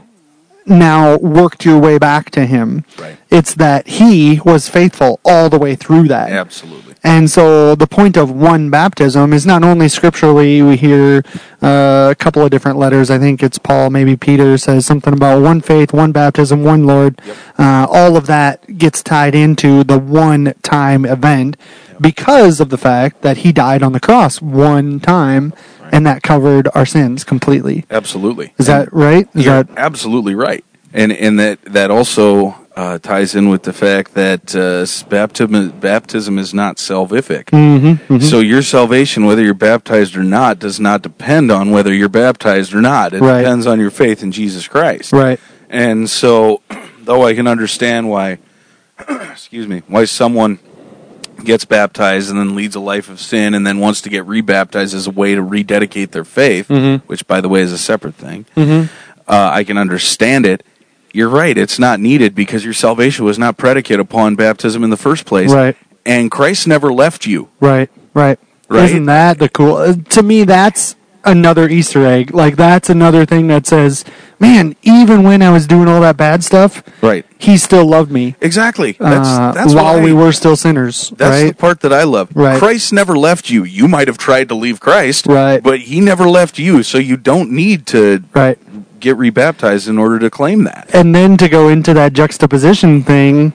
now worked your way back to Him.
Right.
It's that He was faithful all the way through that.
Absolutely.
And so the point of one baptism is not only scripturally, we hear uh, a couple of different letters. I think it's Paul, maybe Peter says something about one faith, one baptism, one Lord. Uh, all of that gets tied into the one time event because of the fact that he died on the cross one time and that covered our sins completely.
Absolutely.
Is that right? Is
You're
that
absolutely right, and and that that also uh, ties in with the fact that uh, baptism baptism is not salvific.
Mm-hmm,
So your salvation, whether you're baptized or not, does not depend on whether you're baptized or not. It
Right.
depends on your faith in Jesus Christ.
right?
And so, though I can understand why, excuse me, why someone gets baptized and then leads a life of sin and then wants to get rebaptized as a way to rededicate their faith,
Mm-hmm.
which, by the way, is a separate thing, uh, I can understand it. You're right, it's not needed because your salvation was not predicated upon baptism in the first place.
Right.
And Christ never left you.
Right, right,
Right.
Isn't that the cool? uh, To me, that's another Easter egg. Like that's another thing that says, "Man, even when I was doing all that bad stuff,
Right.
He still loved me."
Exactly. That's,
uh,
that's
while
why-
we were still sinners,
That's
right?
the part that I love.
Right.
Christ never left you. You might have tried to leave Christ,
Right.
but he never left you, so you don't need to
right.
get rebaptized in order to claim that.
And then to go into that juxtaposition thing,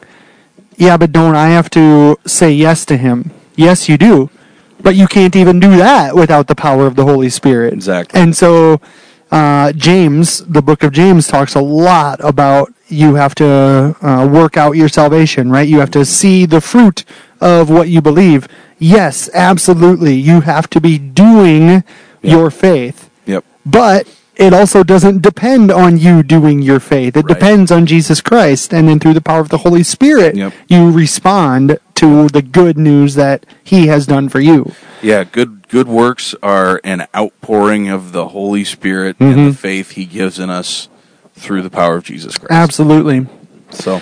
yeah, but don't I have to say yes to Him? Yes, you do. But you can't even do that without the power of the Holy Spirit.
Exactly.
And so, uh, James, the book of James, talks a lot about you have to uh, work out your salvation, right? You have to see the fruit of what you believe. Yes, absolutely. You have to be doing your faith,
Yep.
but it also doesn't depend on you doing your faith. It
Right.
depends on Jesus Christ. And then through the power of the Holy Spirit,
Yep.
you respond to the good news that He has done for you.
Yeah, good good works are an outpouring of the Holy Spirit
Mm-hmm.
and the faith he gives in us through the power of Jesus Christ.
Absolutely.
So,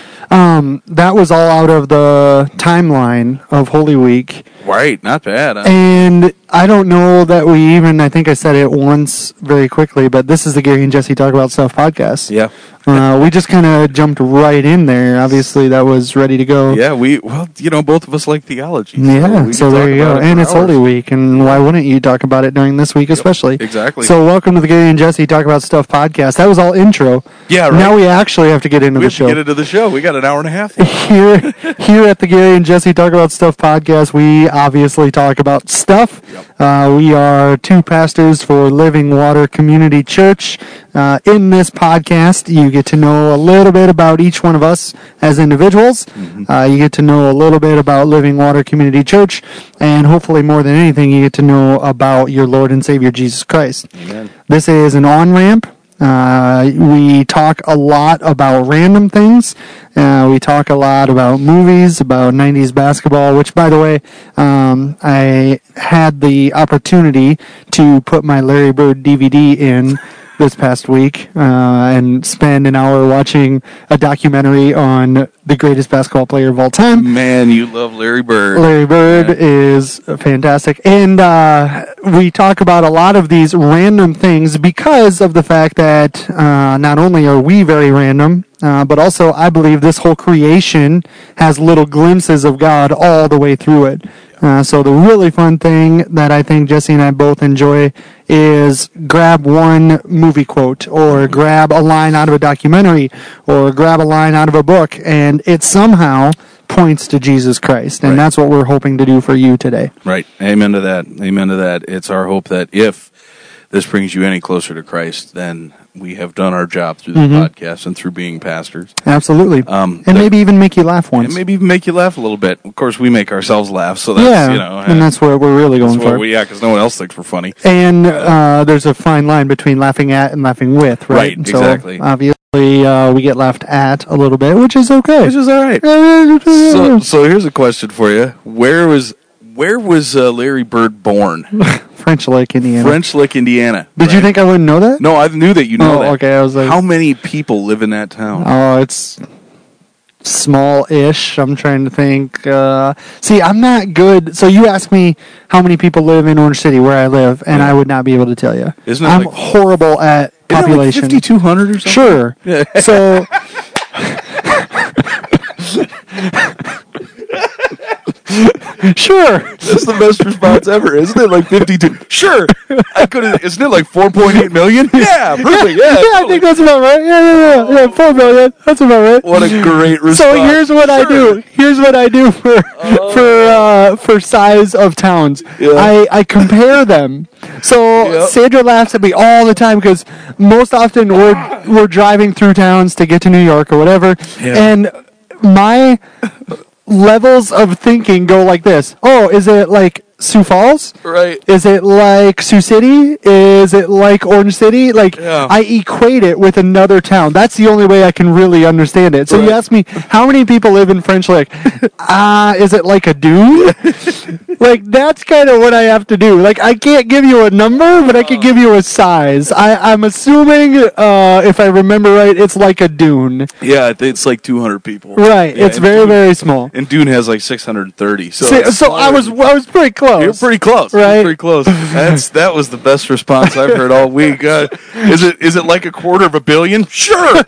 that was all out of the timeline of Holy Week.
right, not bad. huh?
And I don't know that we even, I think I said it once very quickly, but this is the Gary and Jesse Talk About Stuff podcast.
yeah.
Uh, we just kind of jumped right in there. Obviously, that was ready to go.
Yeah, we well, you know, both of us like theology.
Yeah,
we
so
could talk
there you go.
about it
And
for
it's
hours.
Holy Week, and why wouldn't you talk about it during this week, especially?
exactly.
So, welcome to the Gary and Jesse Talk About Stuff podcast. That was all intro.
Yeah, right.
Now we actually have to get into the
we have to
show.
get into the show. We got an hour and a half.
here here at the Gary and Jesse Talk About Stuff podcast, we obviously talk about stuff. Uh, we are two pastors for Living Water Community Church. Uh, in this podcast, you get to know a little bit about each one of us as individuals. Uh, you get to know a little bit about Living Water Community Church, and hopefully, more than anything, you get to know about your Lord and Savior Jesus Christ.
Amen.
This is an on ramp. Uh, we talk a lot about random things. Uh, we talk a lot about movies, about 90s basketball, which, by the way, um, I had the opportunity to put my Larry Bird DVD in this past week uh, and spend an hour watching a documentary on the greatest basketball player of all time.
Man, you love Larry Bird.
Larry Bird is fantastic. And uh, we talk about a lot of these random things because of the fact that uh, not only are we very random, uh, but also I believe this whole creation has little glimpses of God all the way through it. Uh, so the really fun thing that I think Jesse and I both enjoy is grab one movie quote or grab a line out of a documentary or grab a line out of a book and it somehow points to Jesus Christ. And
Right.
that's what we're hoping to do for you today.
Right. Amen to that. Amen to that. It's our hope that if this brings you any closer to Christ, then we have done our job through the
Mhm.
podcast and through being pastors.
Absolutely.
Um,
and
the-
maybe even make you laugh once.
And maybe even make you laugh a little bit. Of course, we make ourselves laugh, so that's,
yeah.
you know,
and that's what we're really
that's
going
what
for.
we, yeah, because no one else thinks we're funny.
and uh, there's a fine line between laughing at and laughing with, right?
Right,
so
exactly.
Obviously, uh, we get laughed at a little bit, which is okay.
Which is all right. So, so here's a question for you: Where was where was uh, Larry Bird born?
French Lake, Indiana.
French Lick, Indiana.
Did you
right?
think I wouldn't know that?
No, I knew that you know
oh,
that.
okay. I was like,
How many people live in that town?
oh, it's small-ish. I'm trying to think. Uh, see, I'm not good. So you asked me how many people live in Orange City, where I live, and
Yeah.
I would not be able to tell you.
Isn't it
I'm
like-
horrible at population.
Fifty two hundred or something.
Sure. So Sure.
That's the best response ever, isn't it? Like fifty two. Sure. I could. have Isn't it like four point eight million? Yeah. Perfect. Yeah.
I think that's about right. Yeah, yeah, yeah. Yeah, four million. That's about right.
What a great response.
so here's what I
Sure. Oh.
do. Here's what I do for for uh, for size of towns.
Yeah.
I, I compare them. So
Yep.
Sandra laughs at me all the time because most often we're we're driving through towns to get to New York or whatever,
Yeah.
and my levels of thinking go like this. Oh, is it like Sioux Falls?
Right.
Is it like Sioux City? Is it like Orange City? Like
Yeah.
I equate it with another town. That's the only way I can really understand it. So you
Right.
ask me how many people live in French Lick? Ah, is it like a dune? like that's kind of what I have to do. Like I can't give you a number, but I could give you a size. I, I'm assuming, uh, if I remember right, it's like a dune.
Yeah. it- It's like two hundred people.
Right.
Yeah,
it's
and
very
Dune-
very small.
And Dune has like six hundred and thirty. So
So,
it's
so I
smaller
was
than-
I was pretty close.
You're pretty close, You're
Right.
pretty close. That's that was the best response I've heard all week. Uh, is it is it like a quarter of a billion? Sure.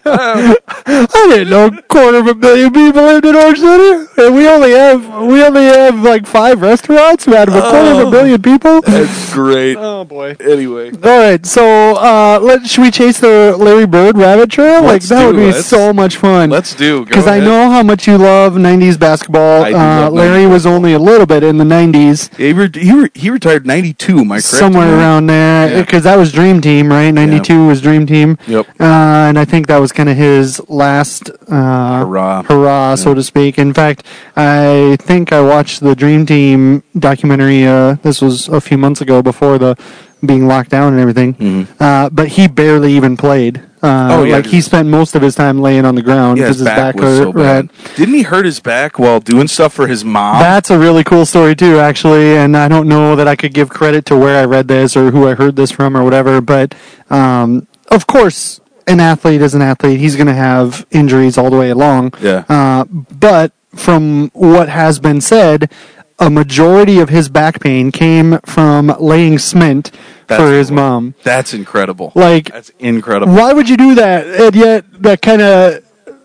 I didn't know a quarter of a million people lived in Orange City, and we only have we only have like five restaurants out of a quarter
Oh.
of a million people.
That's great.
Oh boy!
Anyway,
All right, so uh, let should we chase the Larry Bird rabbit trail? like
Let's
that
do
would be
it. Let's-
so much fun.
let's do. Go
because I
ahead.
know how much you love '90s basketball.
I do
Uh,
love
Larry
90s
was only a little bit in the '90s,
he, re- he, re- he retired ninety two. Am I correct?
somewhere around there,
Yeah.
because that was Dream Team, right? '92 was Dream Team.
Yep.
Uh, and I think that was kind of his last uh,
Hurrah.
hurrah, so to speak. In fact, I think I watched the Dream Team documentary. Uh, this was a few months ago before the being locked down and everything. Uh, but he barely even played. Uh,
Mm-hmm. Oh, yeah,
like he
'cause-
spent most of his time laying on the ground
Yeah,
because
his, back, was so bad. Didn't he hurt his back while doing stuff for his mom?
That's a really cool story too, actually. And I don't know that I could give credit to where I read this or who I heard this from or whatever. But um, of course, an athlete is an athlete. He's going to have injuries all the way along.
Yeah.
Uh, but from what has been said, a majority of his back pain came from laying cement
That's
for his
cool.
mom.
That's incredible.
Like,
That's incredible.
why would you do that? And yet, that kind of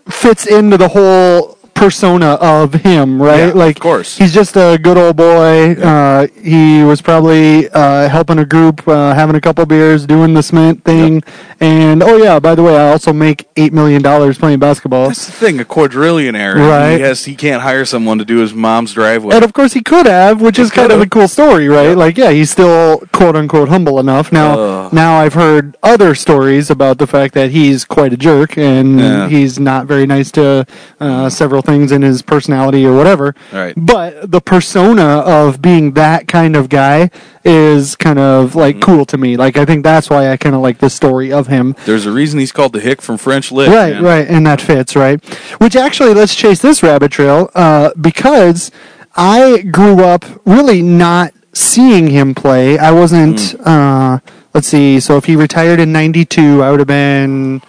fits into the whole persona of him, right?
Yeah, of
like,
course.
he's just a good old boy. Uh, he was probably uh, helping a group, uh, having a couple beers, doing the cement thing, and oh yeah, by the way, I also make eight million dollars playing basketball.
That's the thing. A quadrillionaire.
Right.
He has. He can't hire someone to do his mom's driveway.
And of course, he could have, which is kind of
could've.
a cool story, right? Like, yeah, he's still quote unquote humble enough. Now,
Ugh.
now I've heard other stories about the fact that he's quite a jerk and
Yeah.
he's not very nice to uh, several things in his personality or whatever.
Right.
But the persona of being that kind of guy is kind of like
Mm-hmm.
cool to me. Like, I think that's why I kind of like the story of him.
There's a reason he's called the Hick from French Lick.
Right,
man.
right, and that fits, right? Which actually, let's chase this rabbit trail uh, because I grew up really not seeing him play. I wasn't.
Mm.
Uh, let's see. So if he retired in '92, I would have been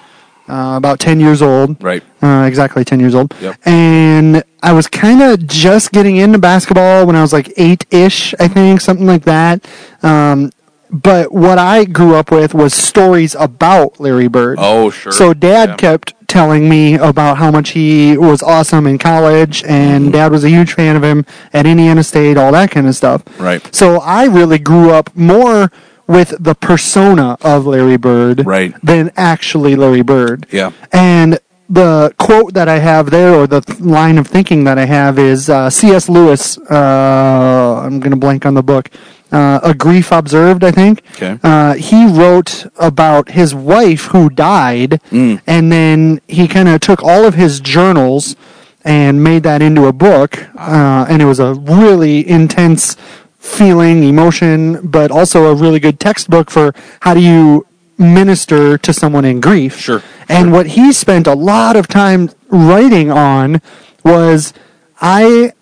uh, about 10 years old.
Right.
Uh, exactly 10 years old.
Yep.
And I was kind of just getting into basketball when I was like eight ish, I think, something like that. Um, but what I grew up with was stories about Larry Bird.
Oh, sure.
So dad
Yeah.
kept telling me about how much he was awesome in college, and
Mm-hmm.
dad was a huge fan of him at Indiana State, all that kind of stuff.
Right.
So I really grew up more with the persona of Larry Bird
Right.
than actually Larry Bird.
Yeah.
And the quote that I have there, or the th- line of thinking that I have, is uh, C.S. Lewis. Uh, I'm going to blank on the book. uh, A Grief Observed, I think.
Okay.
Uh, he wrote about his wife who died, and then he kind of took all of his journals and made that into a book. Uh, and it was a really intense feeling, emotion, but also a really good textbook for how do you minister to someone in grief.
Sure.
And what he spent a lot of time writing on was I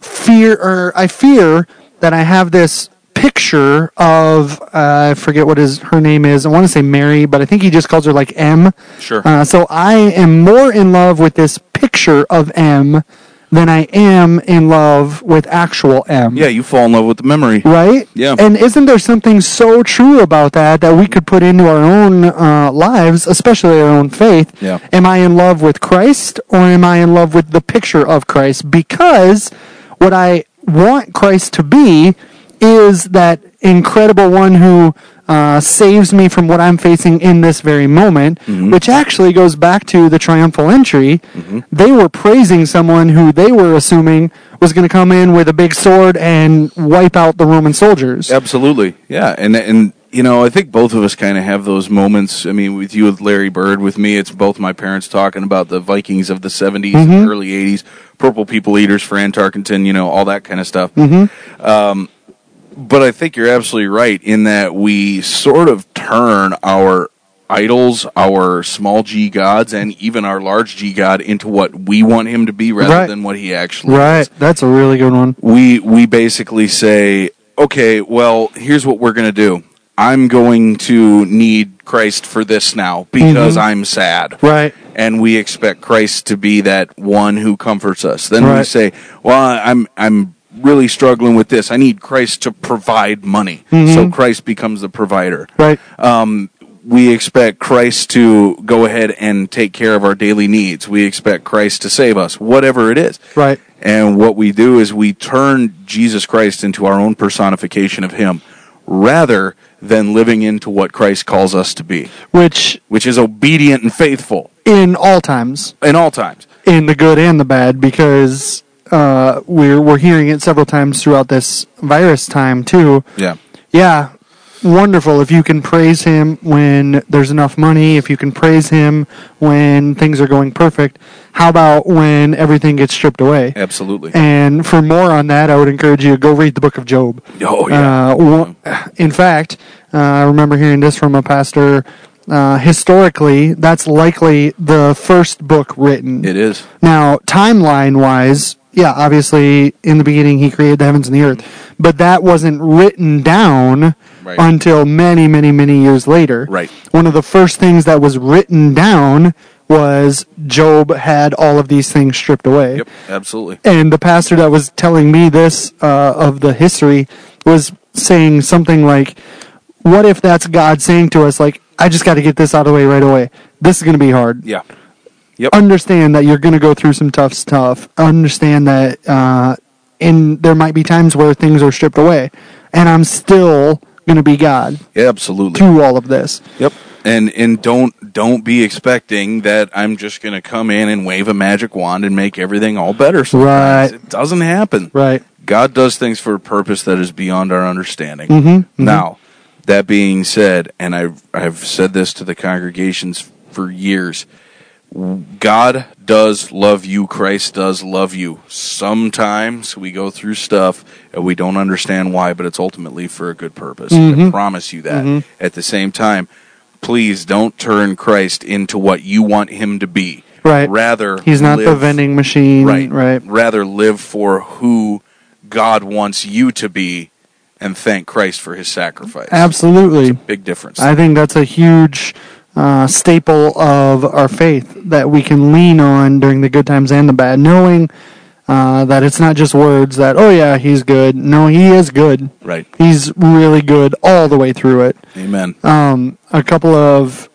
fear or I fear that I have this picture of uh, I forget what his her name is. I want to say Mary, but I think he just calls her like M.
Sure.
Uh, so I am more in love with this picture of M than I am in love with actual M.
yeah, you fall in love with the memory.
Right?
Yeah.
And isn't there something so true about that that we could put into our own uh, lives, especially our own faith?
Yeah.
Am I in love with Christ or am I in love with the picture of Christ? Because what I want Christ to be is that incredible one who uh, saves me from what I'm facing in this very moment, which actually goes back to the triumphal entry. They were praising someone who they were assuming was going to come in with a big sword and wipe out the Roman soldiers.
Absolutely, yeah, and and you know, I think both of us kind of have those moments. I mean, with you, with Larry Bird, with me, it's both my parents talking about the Vikings of the '70s, and early '80s, Purple People Eaters, Fran Tarkenton, you know, all that kind of stuff. Um, but I think you're absolutely right in that we sort of turn our idols, our small g gods, and even our large g god into what we want him to be rather
Right.
than what he actually is
Right. That's a really good one.
we we basically say, okay, well, here's what we're gonna do. I'm going to need Christ for this now because I'm sad.
Mm-hmm. Right.
And we expect Christ to be that one who comforts us. Then we
Right.
say, well, I'm I'm really struggling with this. I need Christ to provide money.
Mm-hmm.
So Christ becomes the provider
Right.
we expect Christ to go ahead and take care of our daily needs. We expect Christ to save us, whatever it is.
Right.
And what we do is we turn Jesus Christ into our own personification of Him rather than living into what Christ calls us to be,
Which
which is obedient and faithful
in all times,
in all times.
in the good and the bad because uh, we're we're hearing it several times throughout this virus time too.
Yeah.
Yeah, wonderful if you can praise him when there's enough money. If you can praise him when things are going perfect. How about when everything gets stripped away?
Absolutely.
And for more on that, I would encourage you to go read the book of Job.
Oh, yeah.
Uh, wo- in fact, uh, I remember hearing this from a pastor. Uh, historically, that's likely the first book written.
It is.
Now, timeline wise, yeah, obviously in the beginning he created the heavens and the earth, but that wasn't written down
Right.
until many, many, many years later.
Right.
One of the first things that was written down was Job had all of these things stripped away
Yep. Absolutely.
and the pastor that was telling me this uh, of the history was saying something like, "What if that's God saying to us, like, I just got to get this out of the way right away. This is going to be hard.
Yeah.
Understand that you're going to go through some tough stuff. Understand that, uh, and there might be times where things are stripped away, and I'm still going to be God
Yeah, absolutely.
through all of this.
Yep. And and don't don't be expecting that I'm just going to come in and wave a magic wand and make everything all better. Sometimes.
Right.
It doesn't happen.
Right?
God does things for a purpose that is beyond our understanding.
Mm-hmm,
Now, that being said, and I've I've said this to the congregations for years. God does love you. Christ does love you. Sometimes we go through stuff and we don't understand why, but it's ultimately for a good purpose.
Mm-hmm.
I promise you that. At the same time, please don't turn Christ into what you want him to be.
Right.
Rather,
He's not the
live-
vending machine.
right,
Right.
Rather, live for who God wants you to be, and thank Christ for His sacrifice.
Absolutely.
Big difference.
I think that's a huge uh, staple of our faith that we can lean on during the good times and the bad, knowing uh, that it's not just words that, oh, yeah, he's good. No, he is good.
right.
He's really good all the way through it.
Amen.
Um, a couple of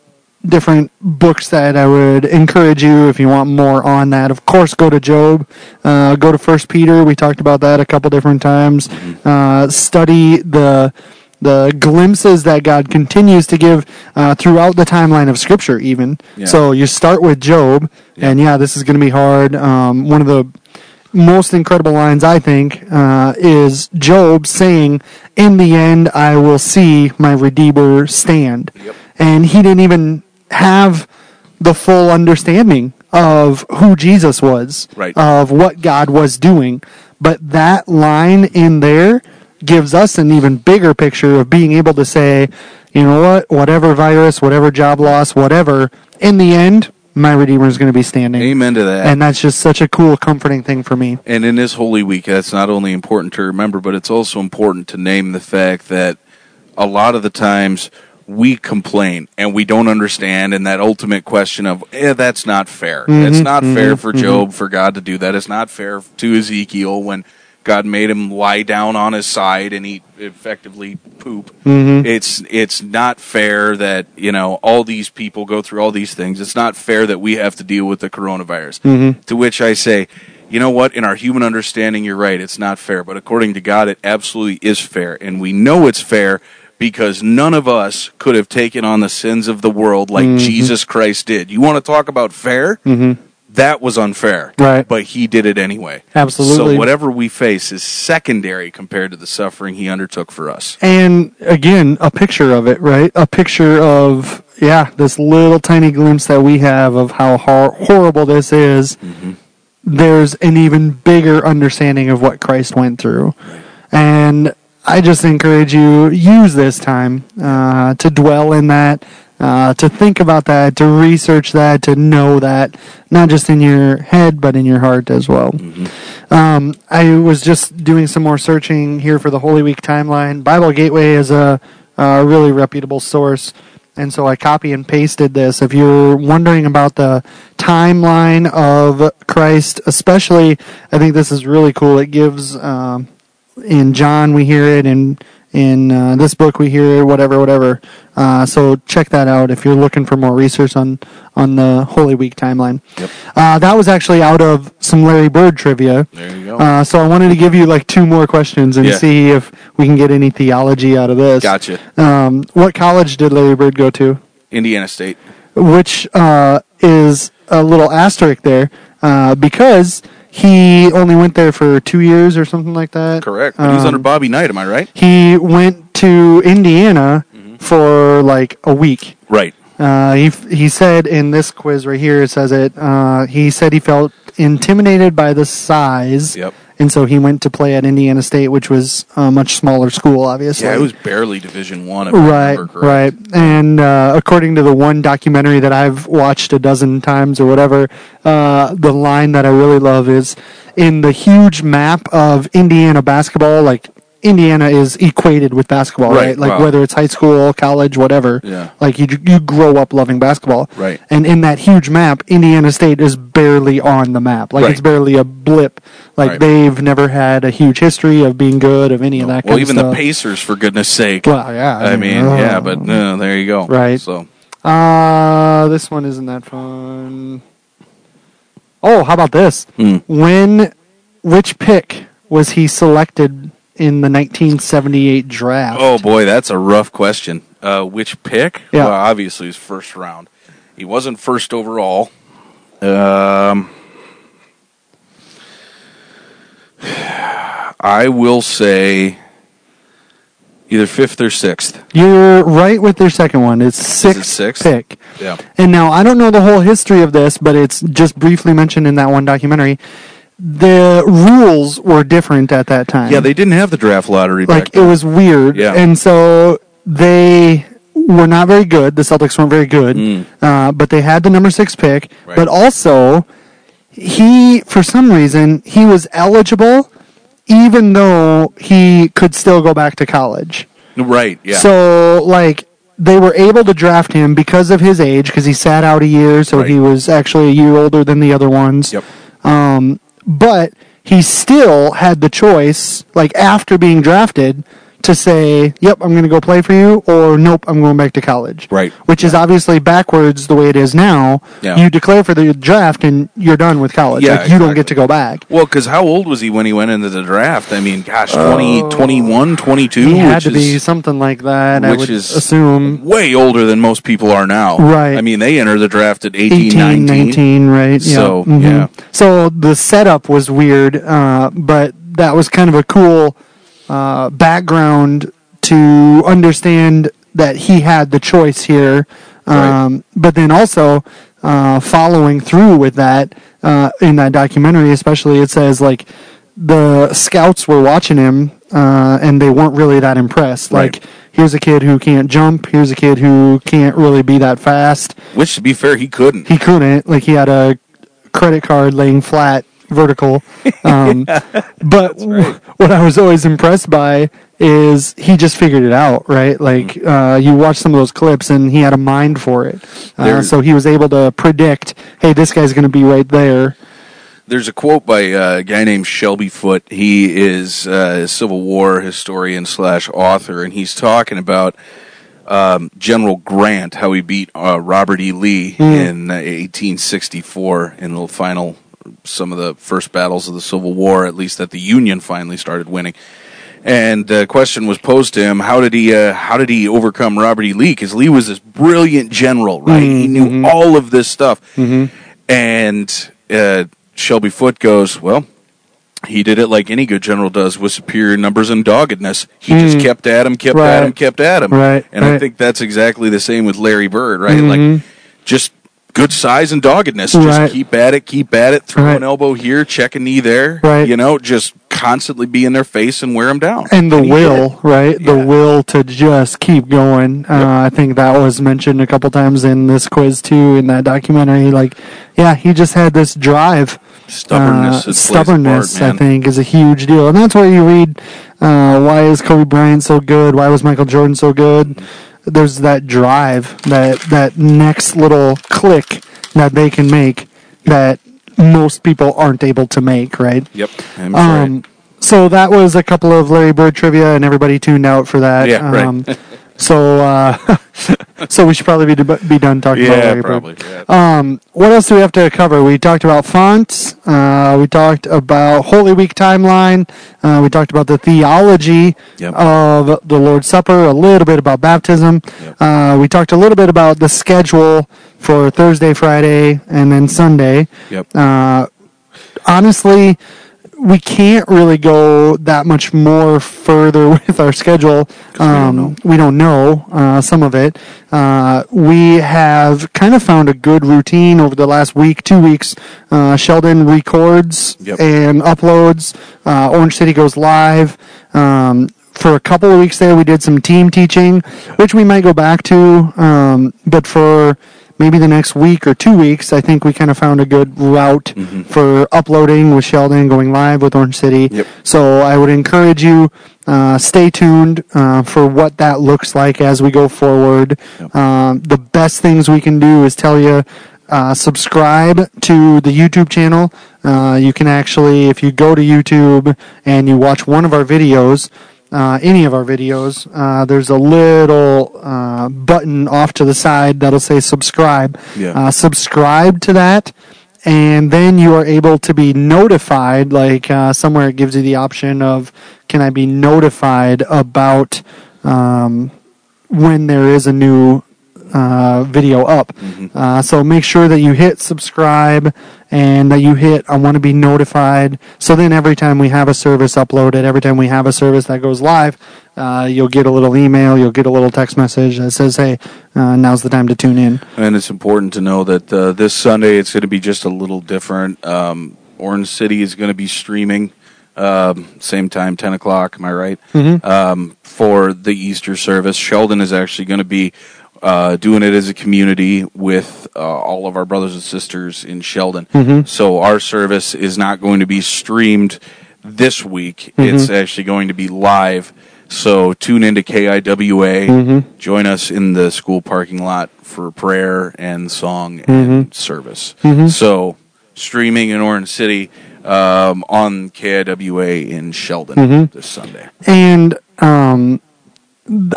different books that I would encourage you if you want more on that. Of course, go to Job. Uh, go to First Peter. We talked about that a couple different times. Uh, study the the glimpses that God continues to give uh, throughout the timeline of Scripture. Even
Yeah.
so, you start with Job, and yeah, this is going to be hard. Um, one of the most incredible lines, I think, uh, is Job saying, In the end, I will see my Redeemer stand. And he didn't even have the full understanding of who Jesus was,
Right.
of what God was doing. But that line in there gives us an even bigger picture of being able to say, you know what, whatever virus, whatever job loss, whatever, in the end, my Redeemer is going to be standing.
Amen to that.
And that's just such a cool, comforting thing for me.
And in this Holy Week, that's not only important to remember, but it's also important to name the fact that a lot of the times we complain and we don't understand, and that ultimate question of, eh, that's not fair. it's not fair for Job for God to do that. It's not fair to Ezekiel when God made him lie down on his side and eat effectively poop. It's it's not fair that you know all these people go through all these things. It's not fair that we have to deal with the coronavirus. To which I say, you know what? In our human understanding, you're right. It's not fair. But according to God, it absolutely is fair. And we know it's fair because none of us could have taken on the sins of the world like
Mm-hmm.
Jesus Christ did. You want to talk about fair? Mm-hmm. That was unfair.
Right.
But he did it anyway.
Absolutely.
So whatever we face is secondary compared to the suffering he undertook for us.
And again, a picture of it, right? A picture of, yeah, this little tiny glimpse that we have of how hor- horrible this is. There's an even bigger understanding of what Christ went through. And I just encourage you, use this time uh, to dwell in that, uh, to think about that, to research that, to know that, not just in your head, but in your heart as well. Um, I was just doing some more searching here for the Holy Week timeline. Bible Gateway is a, a really reputable source, and so I copy and pasted this. If you're wondering about the timeline of Christ, especially, I think this is really cool. It gives um, in John we hear it, in in uh, this book we hear it, whatever, whatever. Uh, so check that out if you're looking for more research on on the Holy Week timeline.
Yep.
Uh, that was actually out of some Larry Bird trivia.
There you go.
Uh, so I wanted to give you like two more questions and
Yeah.
see if we can get any theology out of this.
Gotcha.
Um, what college did Larry Bird go to?
Indiana State.
Which uh, is a little asterisk there uh, because he only went there for two years or something like that.
Correct. But he was
Um,
under Bobby Knight, am I right?
He went to Indiana
Mm-hmm.
for like a week.
Right.
Uh, he he said in this quiz right here it says it. Uh, he said he felt intimidated by the size.
Yep.
And so he went to play at Indiana State, which was a much smaller school, obviously.
Yeah, it was barely Division One. if I
right,
remember correctly.
right. And uh, according to the one documentary that I've watched a dozen times or whatever, uh, the line that I really love is in the huge map of Indiana basketball, like. Indiana is equated with basketball, right?
Right,
Like
wow.
whether it's high school, college, whatever.
Yeah.
Like you you grow up loving basketball.
Right.
And in that huge map, Indiana State is barely on the map. Like
Right.
it's barely a blip. Like
Right.
they've never had a huge history of being good of any of that
Well,
kind
even
of stuff.
the Pacers, for goodness sake.
Well, yeah.
I mean,
uh,
yeah, but no, there you go.
Right.
So
Uh, this one isn't that fun. Oh, how about this?
Hmm.
When, which pick was he selected in the 1978 draft?
Oh boy, that's a rough question. Uh, which pick?
Yeah.
Well, obviously it's first round. He wasn't first overall. Um, I will say either fifth or sixth.
You're right with their second one. It's sixth,
sixth?
pick.
Yeah.
And now I don't know the whole history of this, but it's just briefly mentioned in that one documentary. The rules were different at that time.
Yeah, they didn't have the draft lottery back
like it
then.
was weird.
Yeah.
And so they were not very good. The Celtics weren't very good, uh, but they had the number six pick.
Mm. Right.
But also, he for some reason he was eligible, even though he could still go back to college.
right. Yeah.
So like they were able to draft him because of his age because he sat out a year, so
Right.
he was actually a year older than the other ones
yep.
but he still had the choice, like after being drafted, to say, yep, I'm going to go play for you, or nope, I'm going back to college.
Right.
Which is obviously backwards the way it is now.
Yeah.
You declare for the draft and you're done with college.
Yeah,
like, you don't
exactly.
get to go back.
Well, because how old was he when he went into the draft? I mean, gosh, 20, 21, 22,
Uh, He had
which
to be
is
something like that, I
which
would
is-
assume.
way older than most people are now.
Right.
I mean, they enter the draft at 18,
18,
19.
19, right? mm-hmm.
So, yeah.
So the setup was weird, uh, but that was kind of a cool uh, background to understand that he had the choice here. Um, But then also uh, following through with that uh, in that documentary, especially, it says like the scouts were watching him uh, and they weren't really that impressed.
Right.
Like, here's a kid who can't jump, here's a kid who can't really be that fast
Which, to be fair, he couldn't.
he couldn't. Like he had a credit card laying flat vertical. Um, but w- what I was always impressed by is he just figured it out, right? Like
Mm-hmm.
uh, you watch some of those clips, and he had a mind for it. Uh,
There-
so he was able to predict, hey, this guy's going to be right there.
There's a quote by uh, a guy named Shelby Foote. He is uh, a Civil War historian slash author, and he's talking about um, General Grant, how he beat uh, Robert E. Lee in uh, 1864 in the final, some of the first battles of the Civil War, at least that the Union finally started winning. And the question was posed to him: How did he? Uh, how did he overcome Robert E. Lee? Because Lee was this brilliant general, right? He knew all of this stuff.
Mm-hmm.
Mm-hmm. And uh, Shelby Foote goes, "Well, he did it like any good general does with superior numbers and doggedness. He just kept at him, kept at
Hmm. Right.
him, kept at him.
Right,
And I
right. Mm-hmm.
think that's exactly the same with Larry Bird, right? Like just good size and doggedness.
Right.
Just keep at it, keep at it, throw
Right.
an elbow here, check a knee there.
Right.
You know, just constantly be in their face and wear them down.
and the
he
will,
did.
right?
Yeah.
The will to just keep going. Uh, I think that was mentioned a couple times in this quiz too, in that documentary. Like, yeah, he just had this drive.
Stubbornness
Uh,
is
stubbornness,
part, man.
I think, is a huge deal, and that's why you read. Uh, why is Kobe Bryant so good? Why was Michael Jordan so good? There's that drive, that that next little click that they can make that most people aren't able to make, right?
Yep. I'm
Um, So that was a couple of Larry Bird trivia, and everybody tuned out for that.
Yeah, right.
um, so, uh, so we should probably be, be done talking
sorry.
about
Yeah,
Larry
probably.
Bird.
Yeah.
Um, what else do we have to cover? We talked about fonts. Uh, we talked about Holy Week timeline. Uh, we talked about the theology
Yep.
of the Lord's Supper. A little bit about baptism.
Yep.
Uh, we talked a little bit about the schedule for Thursday, Friday, and then Sunday
yep.
uh, honestly, we can't really go that much more further with our schedule. Um, we don't know uh, some of it. Uh, we have kind of found a good routine over the last week, two weeks. Uh, Sheldon records
Yep.
and uploads. Uh, Orange City goes live. Um, for a couple of weeks there, we did some team teaching, which we might go back to. Um, but for maybe the next week or two weeks, I think we kind of found a good route for uploading with Sheldon, going live with Orange City.
Yep.
So I would encourage you uh, stay tuned uh, for what that looks like as we go forward.
Yep.
Um, the best things we can do is tell you. Uh, subscribe to the YouTube channel. Uh, you can actually, if you go to YouTube and you watch one of our videos, uh, any of our videos, uh, there's a little uh, button off to the side that'll say subscribe.
Yeah.
Uh, subscribe to that, and then you are able to be notified. Like uh, somewhere it gives you the option of can I be notified about um, when there is a new uh, video up. Uh, so make sure that you hit subscribe and that you hit I want to be notified. So then every time we have a service uploaded, every time we have a service that goes live, uh, you'll get a little email, you'll get a little text message that says, hey, uh, now's the time to tune in.
And it's important to know that uh, this Sunday it's going to be just a little different. Um, Orange City is going to be streaming, um, same time, 10 o'clock, am I right? Um, for the Easter service. Sheldon is actually going to be uh, doing it as a community with uh, all of our brothers and sisters in Sheldon. So our service is not going to be streamed this week, it's actually going to be live. So tune into KIWA. Join us in the school parking lot for prayer and song and service. So streaming in Orange City um, on KIWA in Sheldon this Sunday.
And um,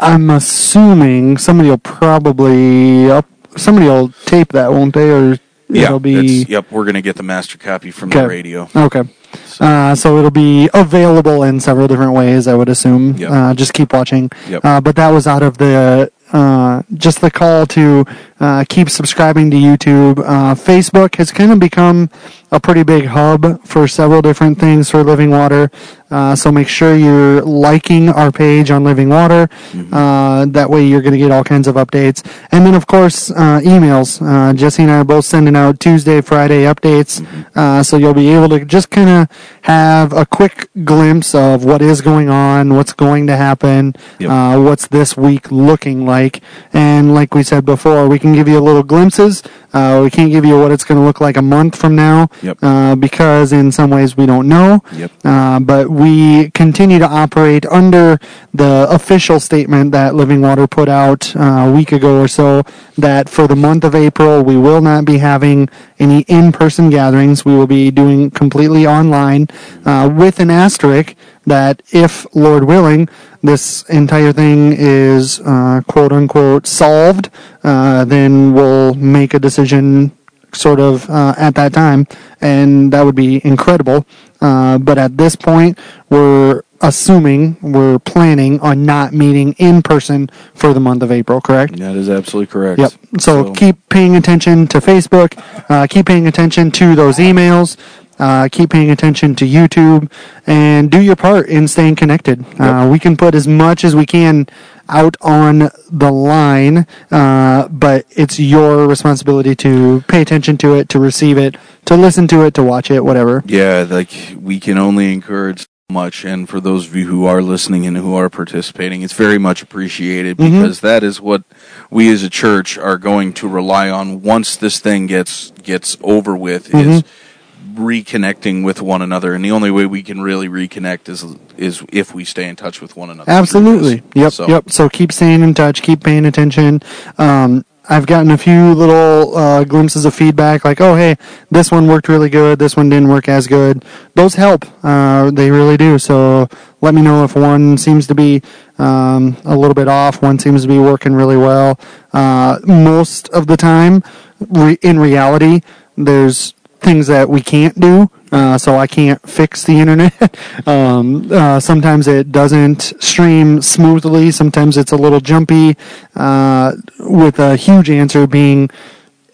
I'm assuming somebody will probably up, somebody will tape that, won't they? Or it'll be
it's- yep. We're gonna get the master copy from
Okay.
the radio.
Okay. Uh, so it'll be available in several different ways, I would assume.
Yep.
Uh, just keep watching.
Yep.
Uh, but that was out of the uh, just the call to uh, keep subscribing to YouTube. Uh, Facebook has kind of become a pretty big hub for several different things for Living Water. Uh, so make sure you're liking our page on Living Water. Uh, that way you're going to get all kinds of updates. And then, of course, uh, emails. Uh, Jesse and I are both sending out Tuesday, Friday updates. Uh, so you'll be able to just kind of have a quick glimpse of what is going on, what's going to happen,
Yep.
uh, what's this week looking like. And like we said before, we can give you little glimpses. Uh, we can't give you what it's going to look like a month from now
Yep.
uh, because in some ways we don't know.
Yep.
Uh, but we continue to operate under the official statement that Living Water put out uh, a week ago or so that for the month of April, we will not be having any in person gatherings. We will be doing completely online uh, with an asterisk that if, Lord willing, this entire thing is uh, quote unquote solved, uh, then we'll make a decision sort of uh, at that time, and that would be incredible. Uh, but at this point, we're assuming we're planning on not meeting in person for the month of April, correct?
That is absolutely correct.
Yep. So, keep paying attention to Facebook, uh, keep paying attention to those emails. Uh, keep paying attention to YouTube and do your part in staying connected. Uh, we can put as much as we can out on the line, uh, but it's your responsibility to pay attention to it, to receive it, to listen to it, to watch it, whatever.
yeah, like we can only encourage so much, and for those of you who are listening and who are participating, it's very much appreciated
Mm-hmm.
because that is what we as a church are going to rely on once this thing gets gets over with is
Mm-hmm.
reconnecting with one another, and the only way we can really reconnect is is if we stay in touch with one another. through this.
Absolutely. Yep.
So-
Yep. So keep staying in touch. Keep paying attention. Um, I've gotten a few little uh, glimpses of feedback, like, "Oh, hey, this one worked really good. This one didn't work as good." Those help. Uh, they really do. So let me know if one seems to be um, a little bit off. One seems to be working really well. Uh, most of the time, re- in reality, there's things that we can't do. Uh, so I can't fix the internet. um, uh, sometimes it doesn't stream smoothly. Sometimes it's a little jumpy. Uh, with a huge answer being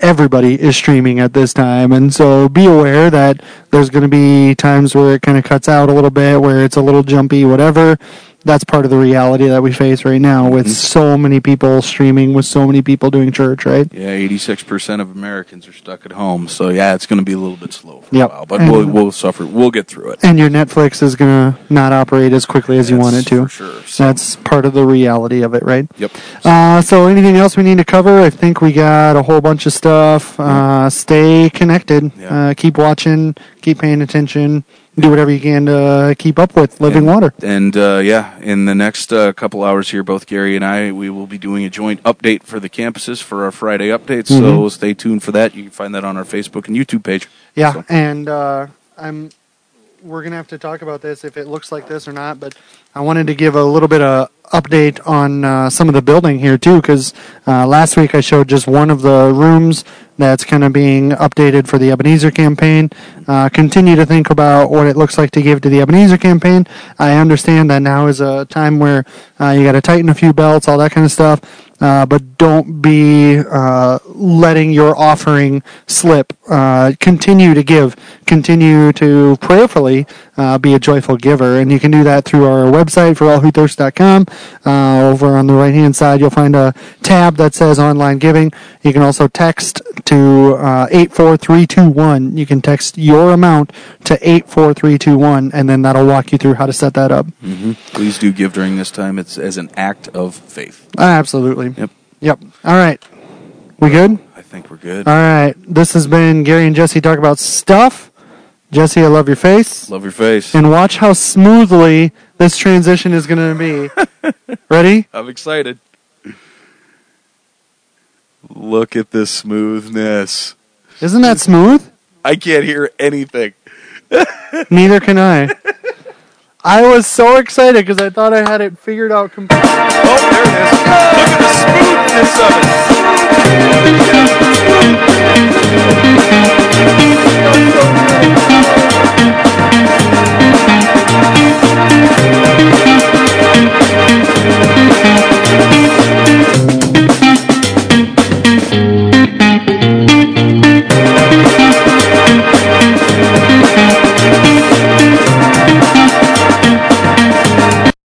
everybody is streaming at this time, and so be aware that there's going to be times where it kind of cuts out a little bit, where it's a little jumpy, whatever. That's part of the reality that we face right now with so many people streaming, with so many people doing church, right?
Yeah, eighty-six percent of Americans are stuck at home, so yeah, it's going to be a little bit slow for
Yep.
a while, but
And-
we'll we'll suffer. We'll get through it.
and your Netflix is going to not operate as quickly as you want it
That's
to.
for sure. So-
That's part of the reality of it, right?
Yep.
Uh, so, anything else we need to cover? I think we got a whole bunch of stuff. Uh, stay connected.
Yeah.
Uh, keep watching. Keep paying attention. Do whatever you can to keep up with living water.
And uh, yeah, in the next uh, couple hours here, both Gary and I, we will be doing a joint update for the campuses for our Friday update.
Mm-hmm.
So stay tuned for that. You can find that on our Facebook and YouTube page.
Yeah,
So-
and uh, I'm we're gonna have to talk about this if it looks like this or not. But I wanted to give a little bit of update on uh, some of the building here too, because uh, last week I showed just one of the rooms that's kind of being updated for the Ebenezer campaign. Uh, continue to think about what it looks like to give to the Ebenezer campaign. I understand that now is a time where uh, you got to tighten a few belts, all that kind of stuff uh, but don't be uh, letting your offering slip. Uh, continue to give. Continue to prayerfully uh, be a joyful giver. And you can do that through our website for allwhothirst.com. Uh, over on the right hand side, you'll find a tab that says online giving. You can also text to uh, 84321. You can text your amount to 84321, and then that'll walk you through how to set that up.
Mm-hmm. Please do give during this time. It's as an act of faith.
Absolutely.
Yep.
Yep. All right. We good?
I think we're good.
All right. This has been Gary and Jesse talk about stuff. Jesse, I love your face.
Love your face.
And watch how smoothly this transition is going to be. Ready?
I'm excited. Look at this smoothness.
Isn't that smooth?
I can't hear anything.
Neither can I. I was so excited because I thought I had it figured out completely.
Oh, there it is. Look at the smoothness of it.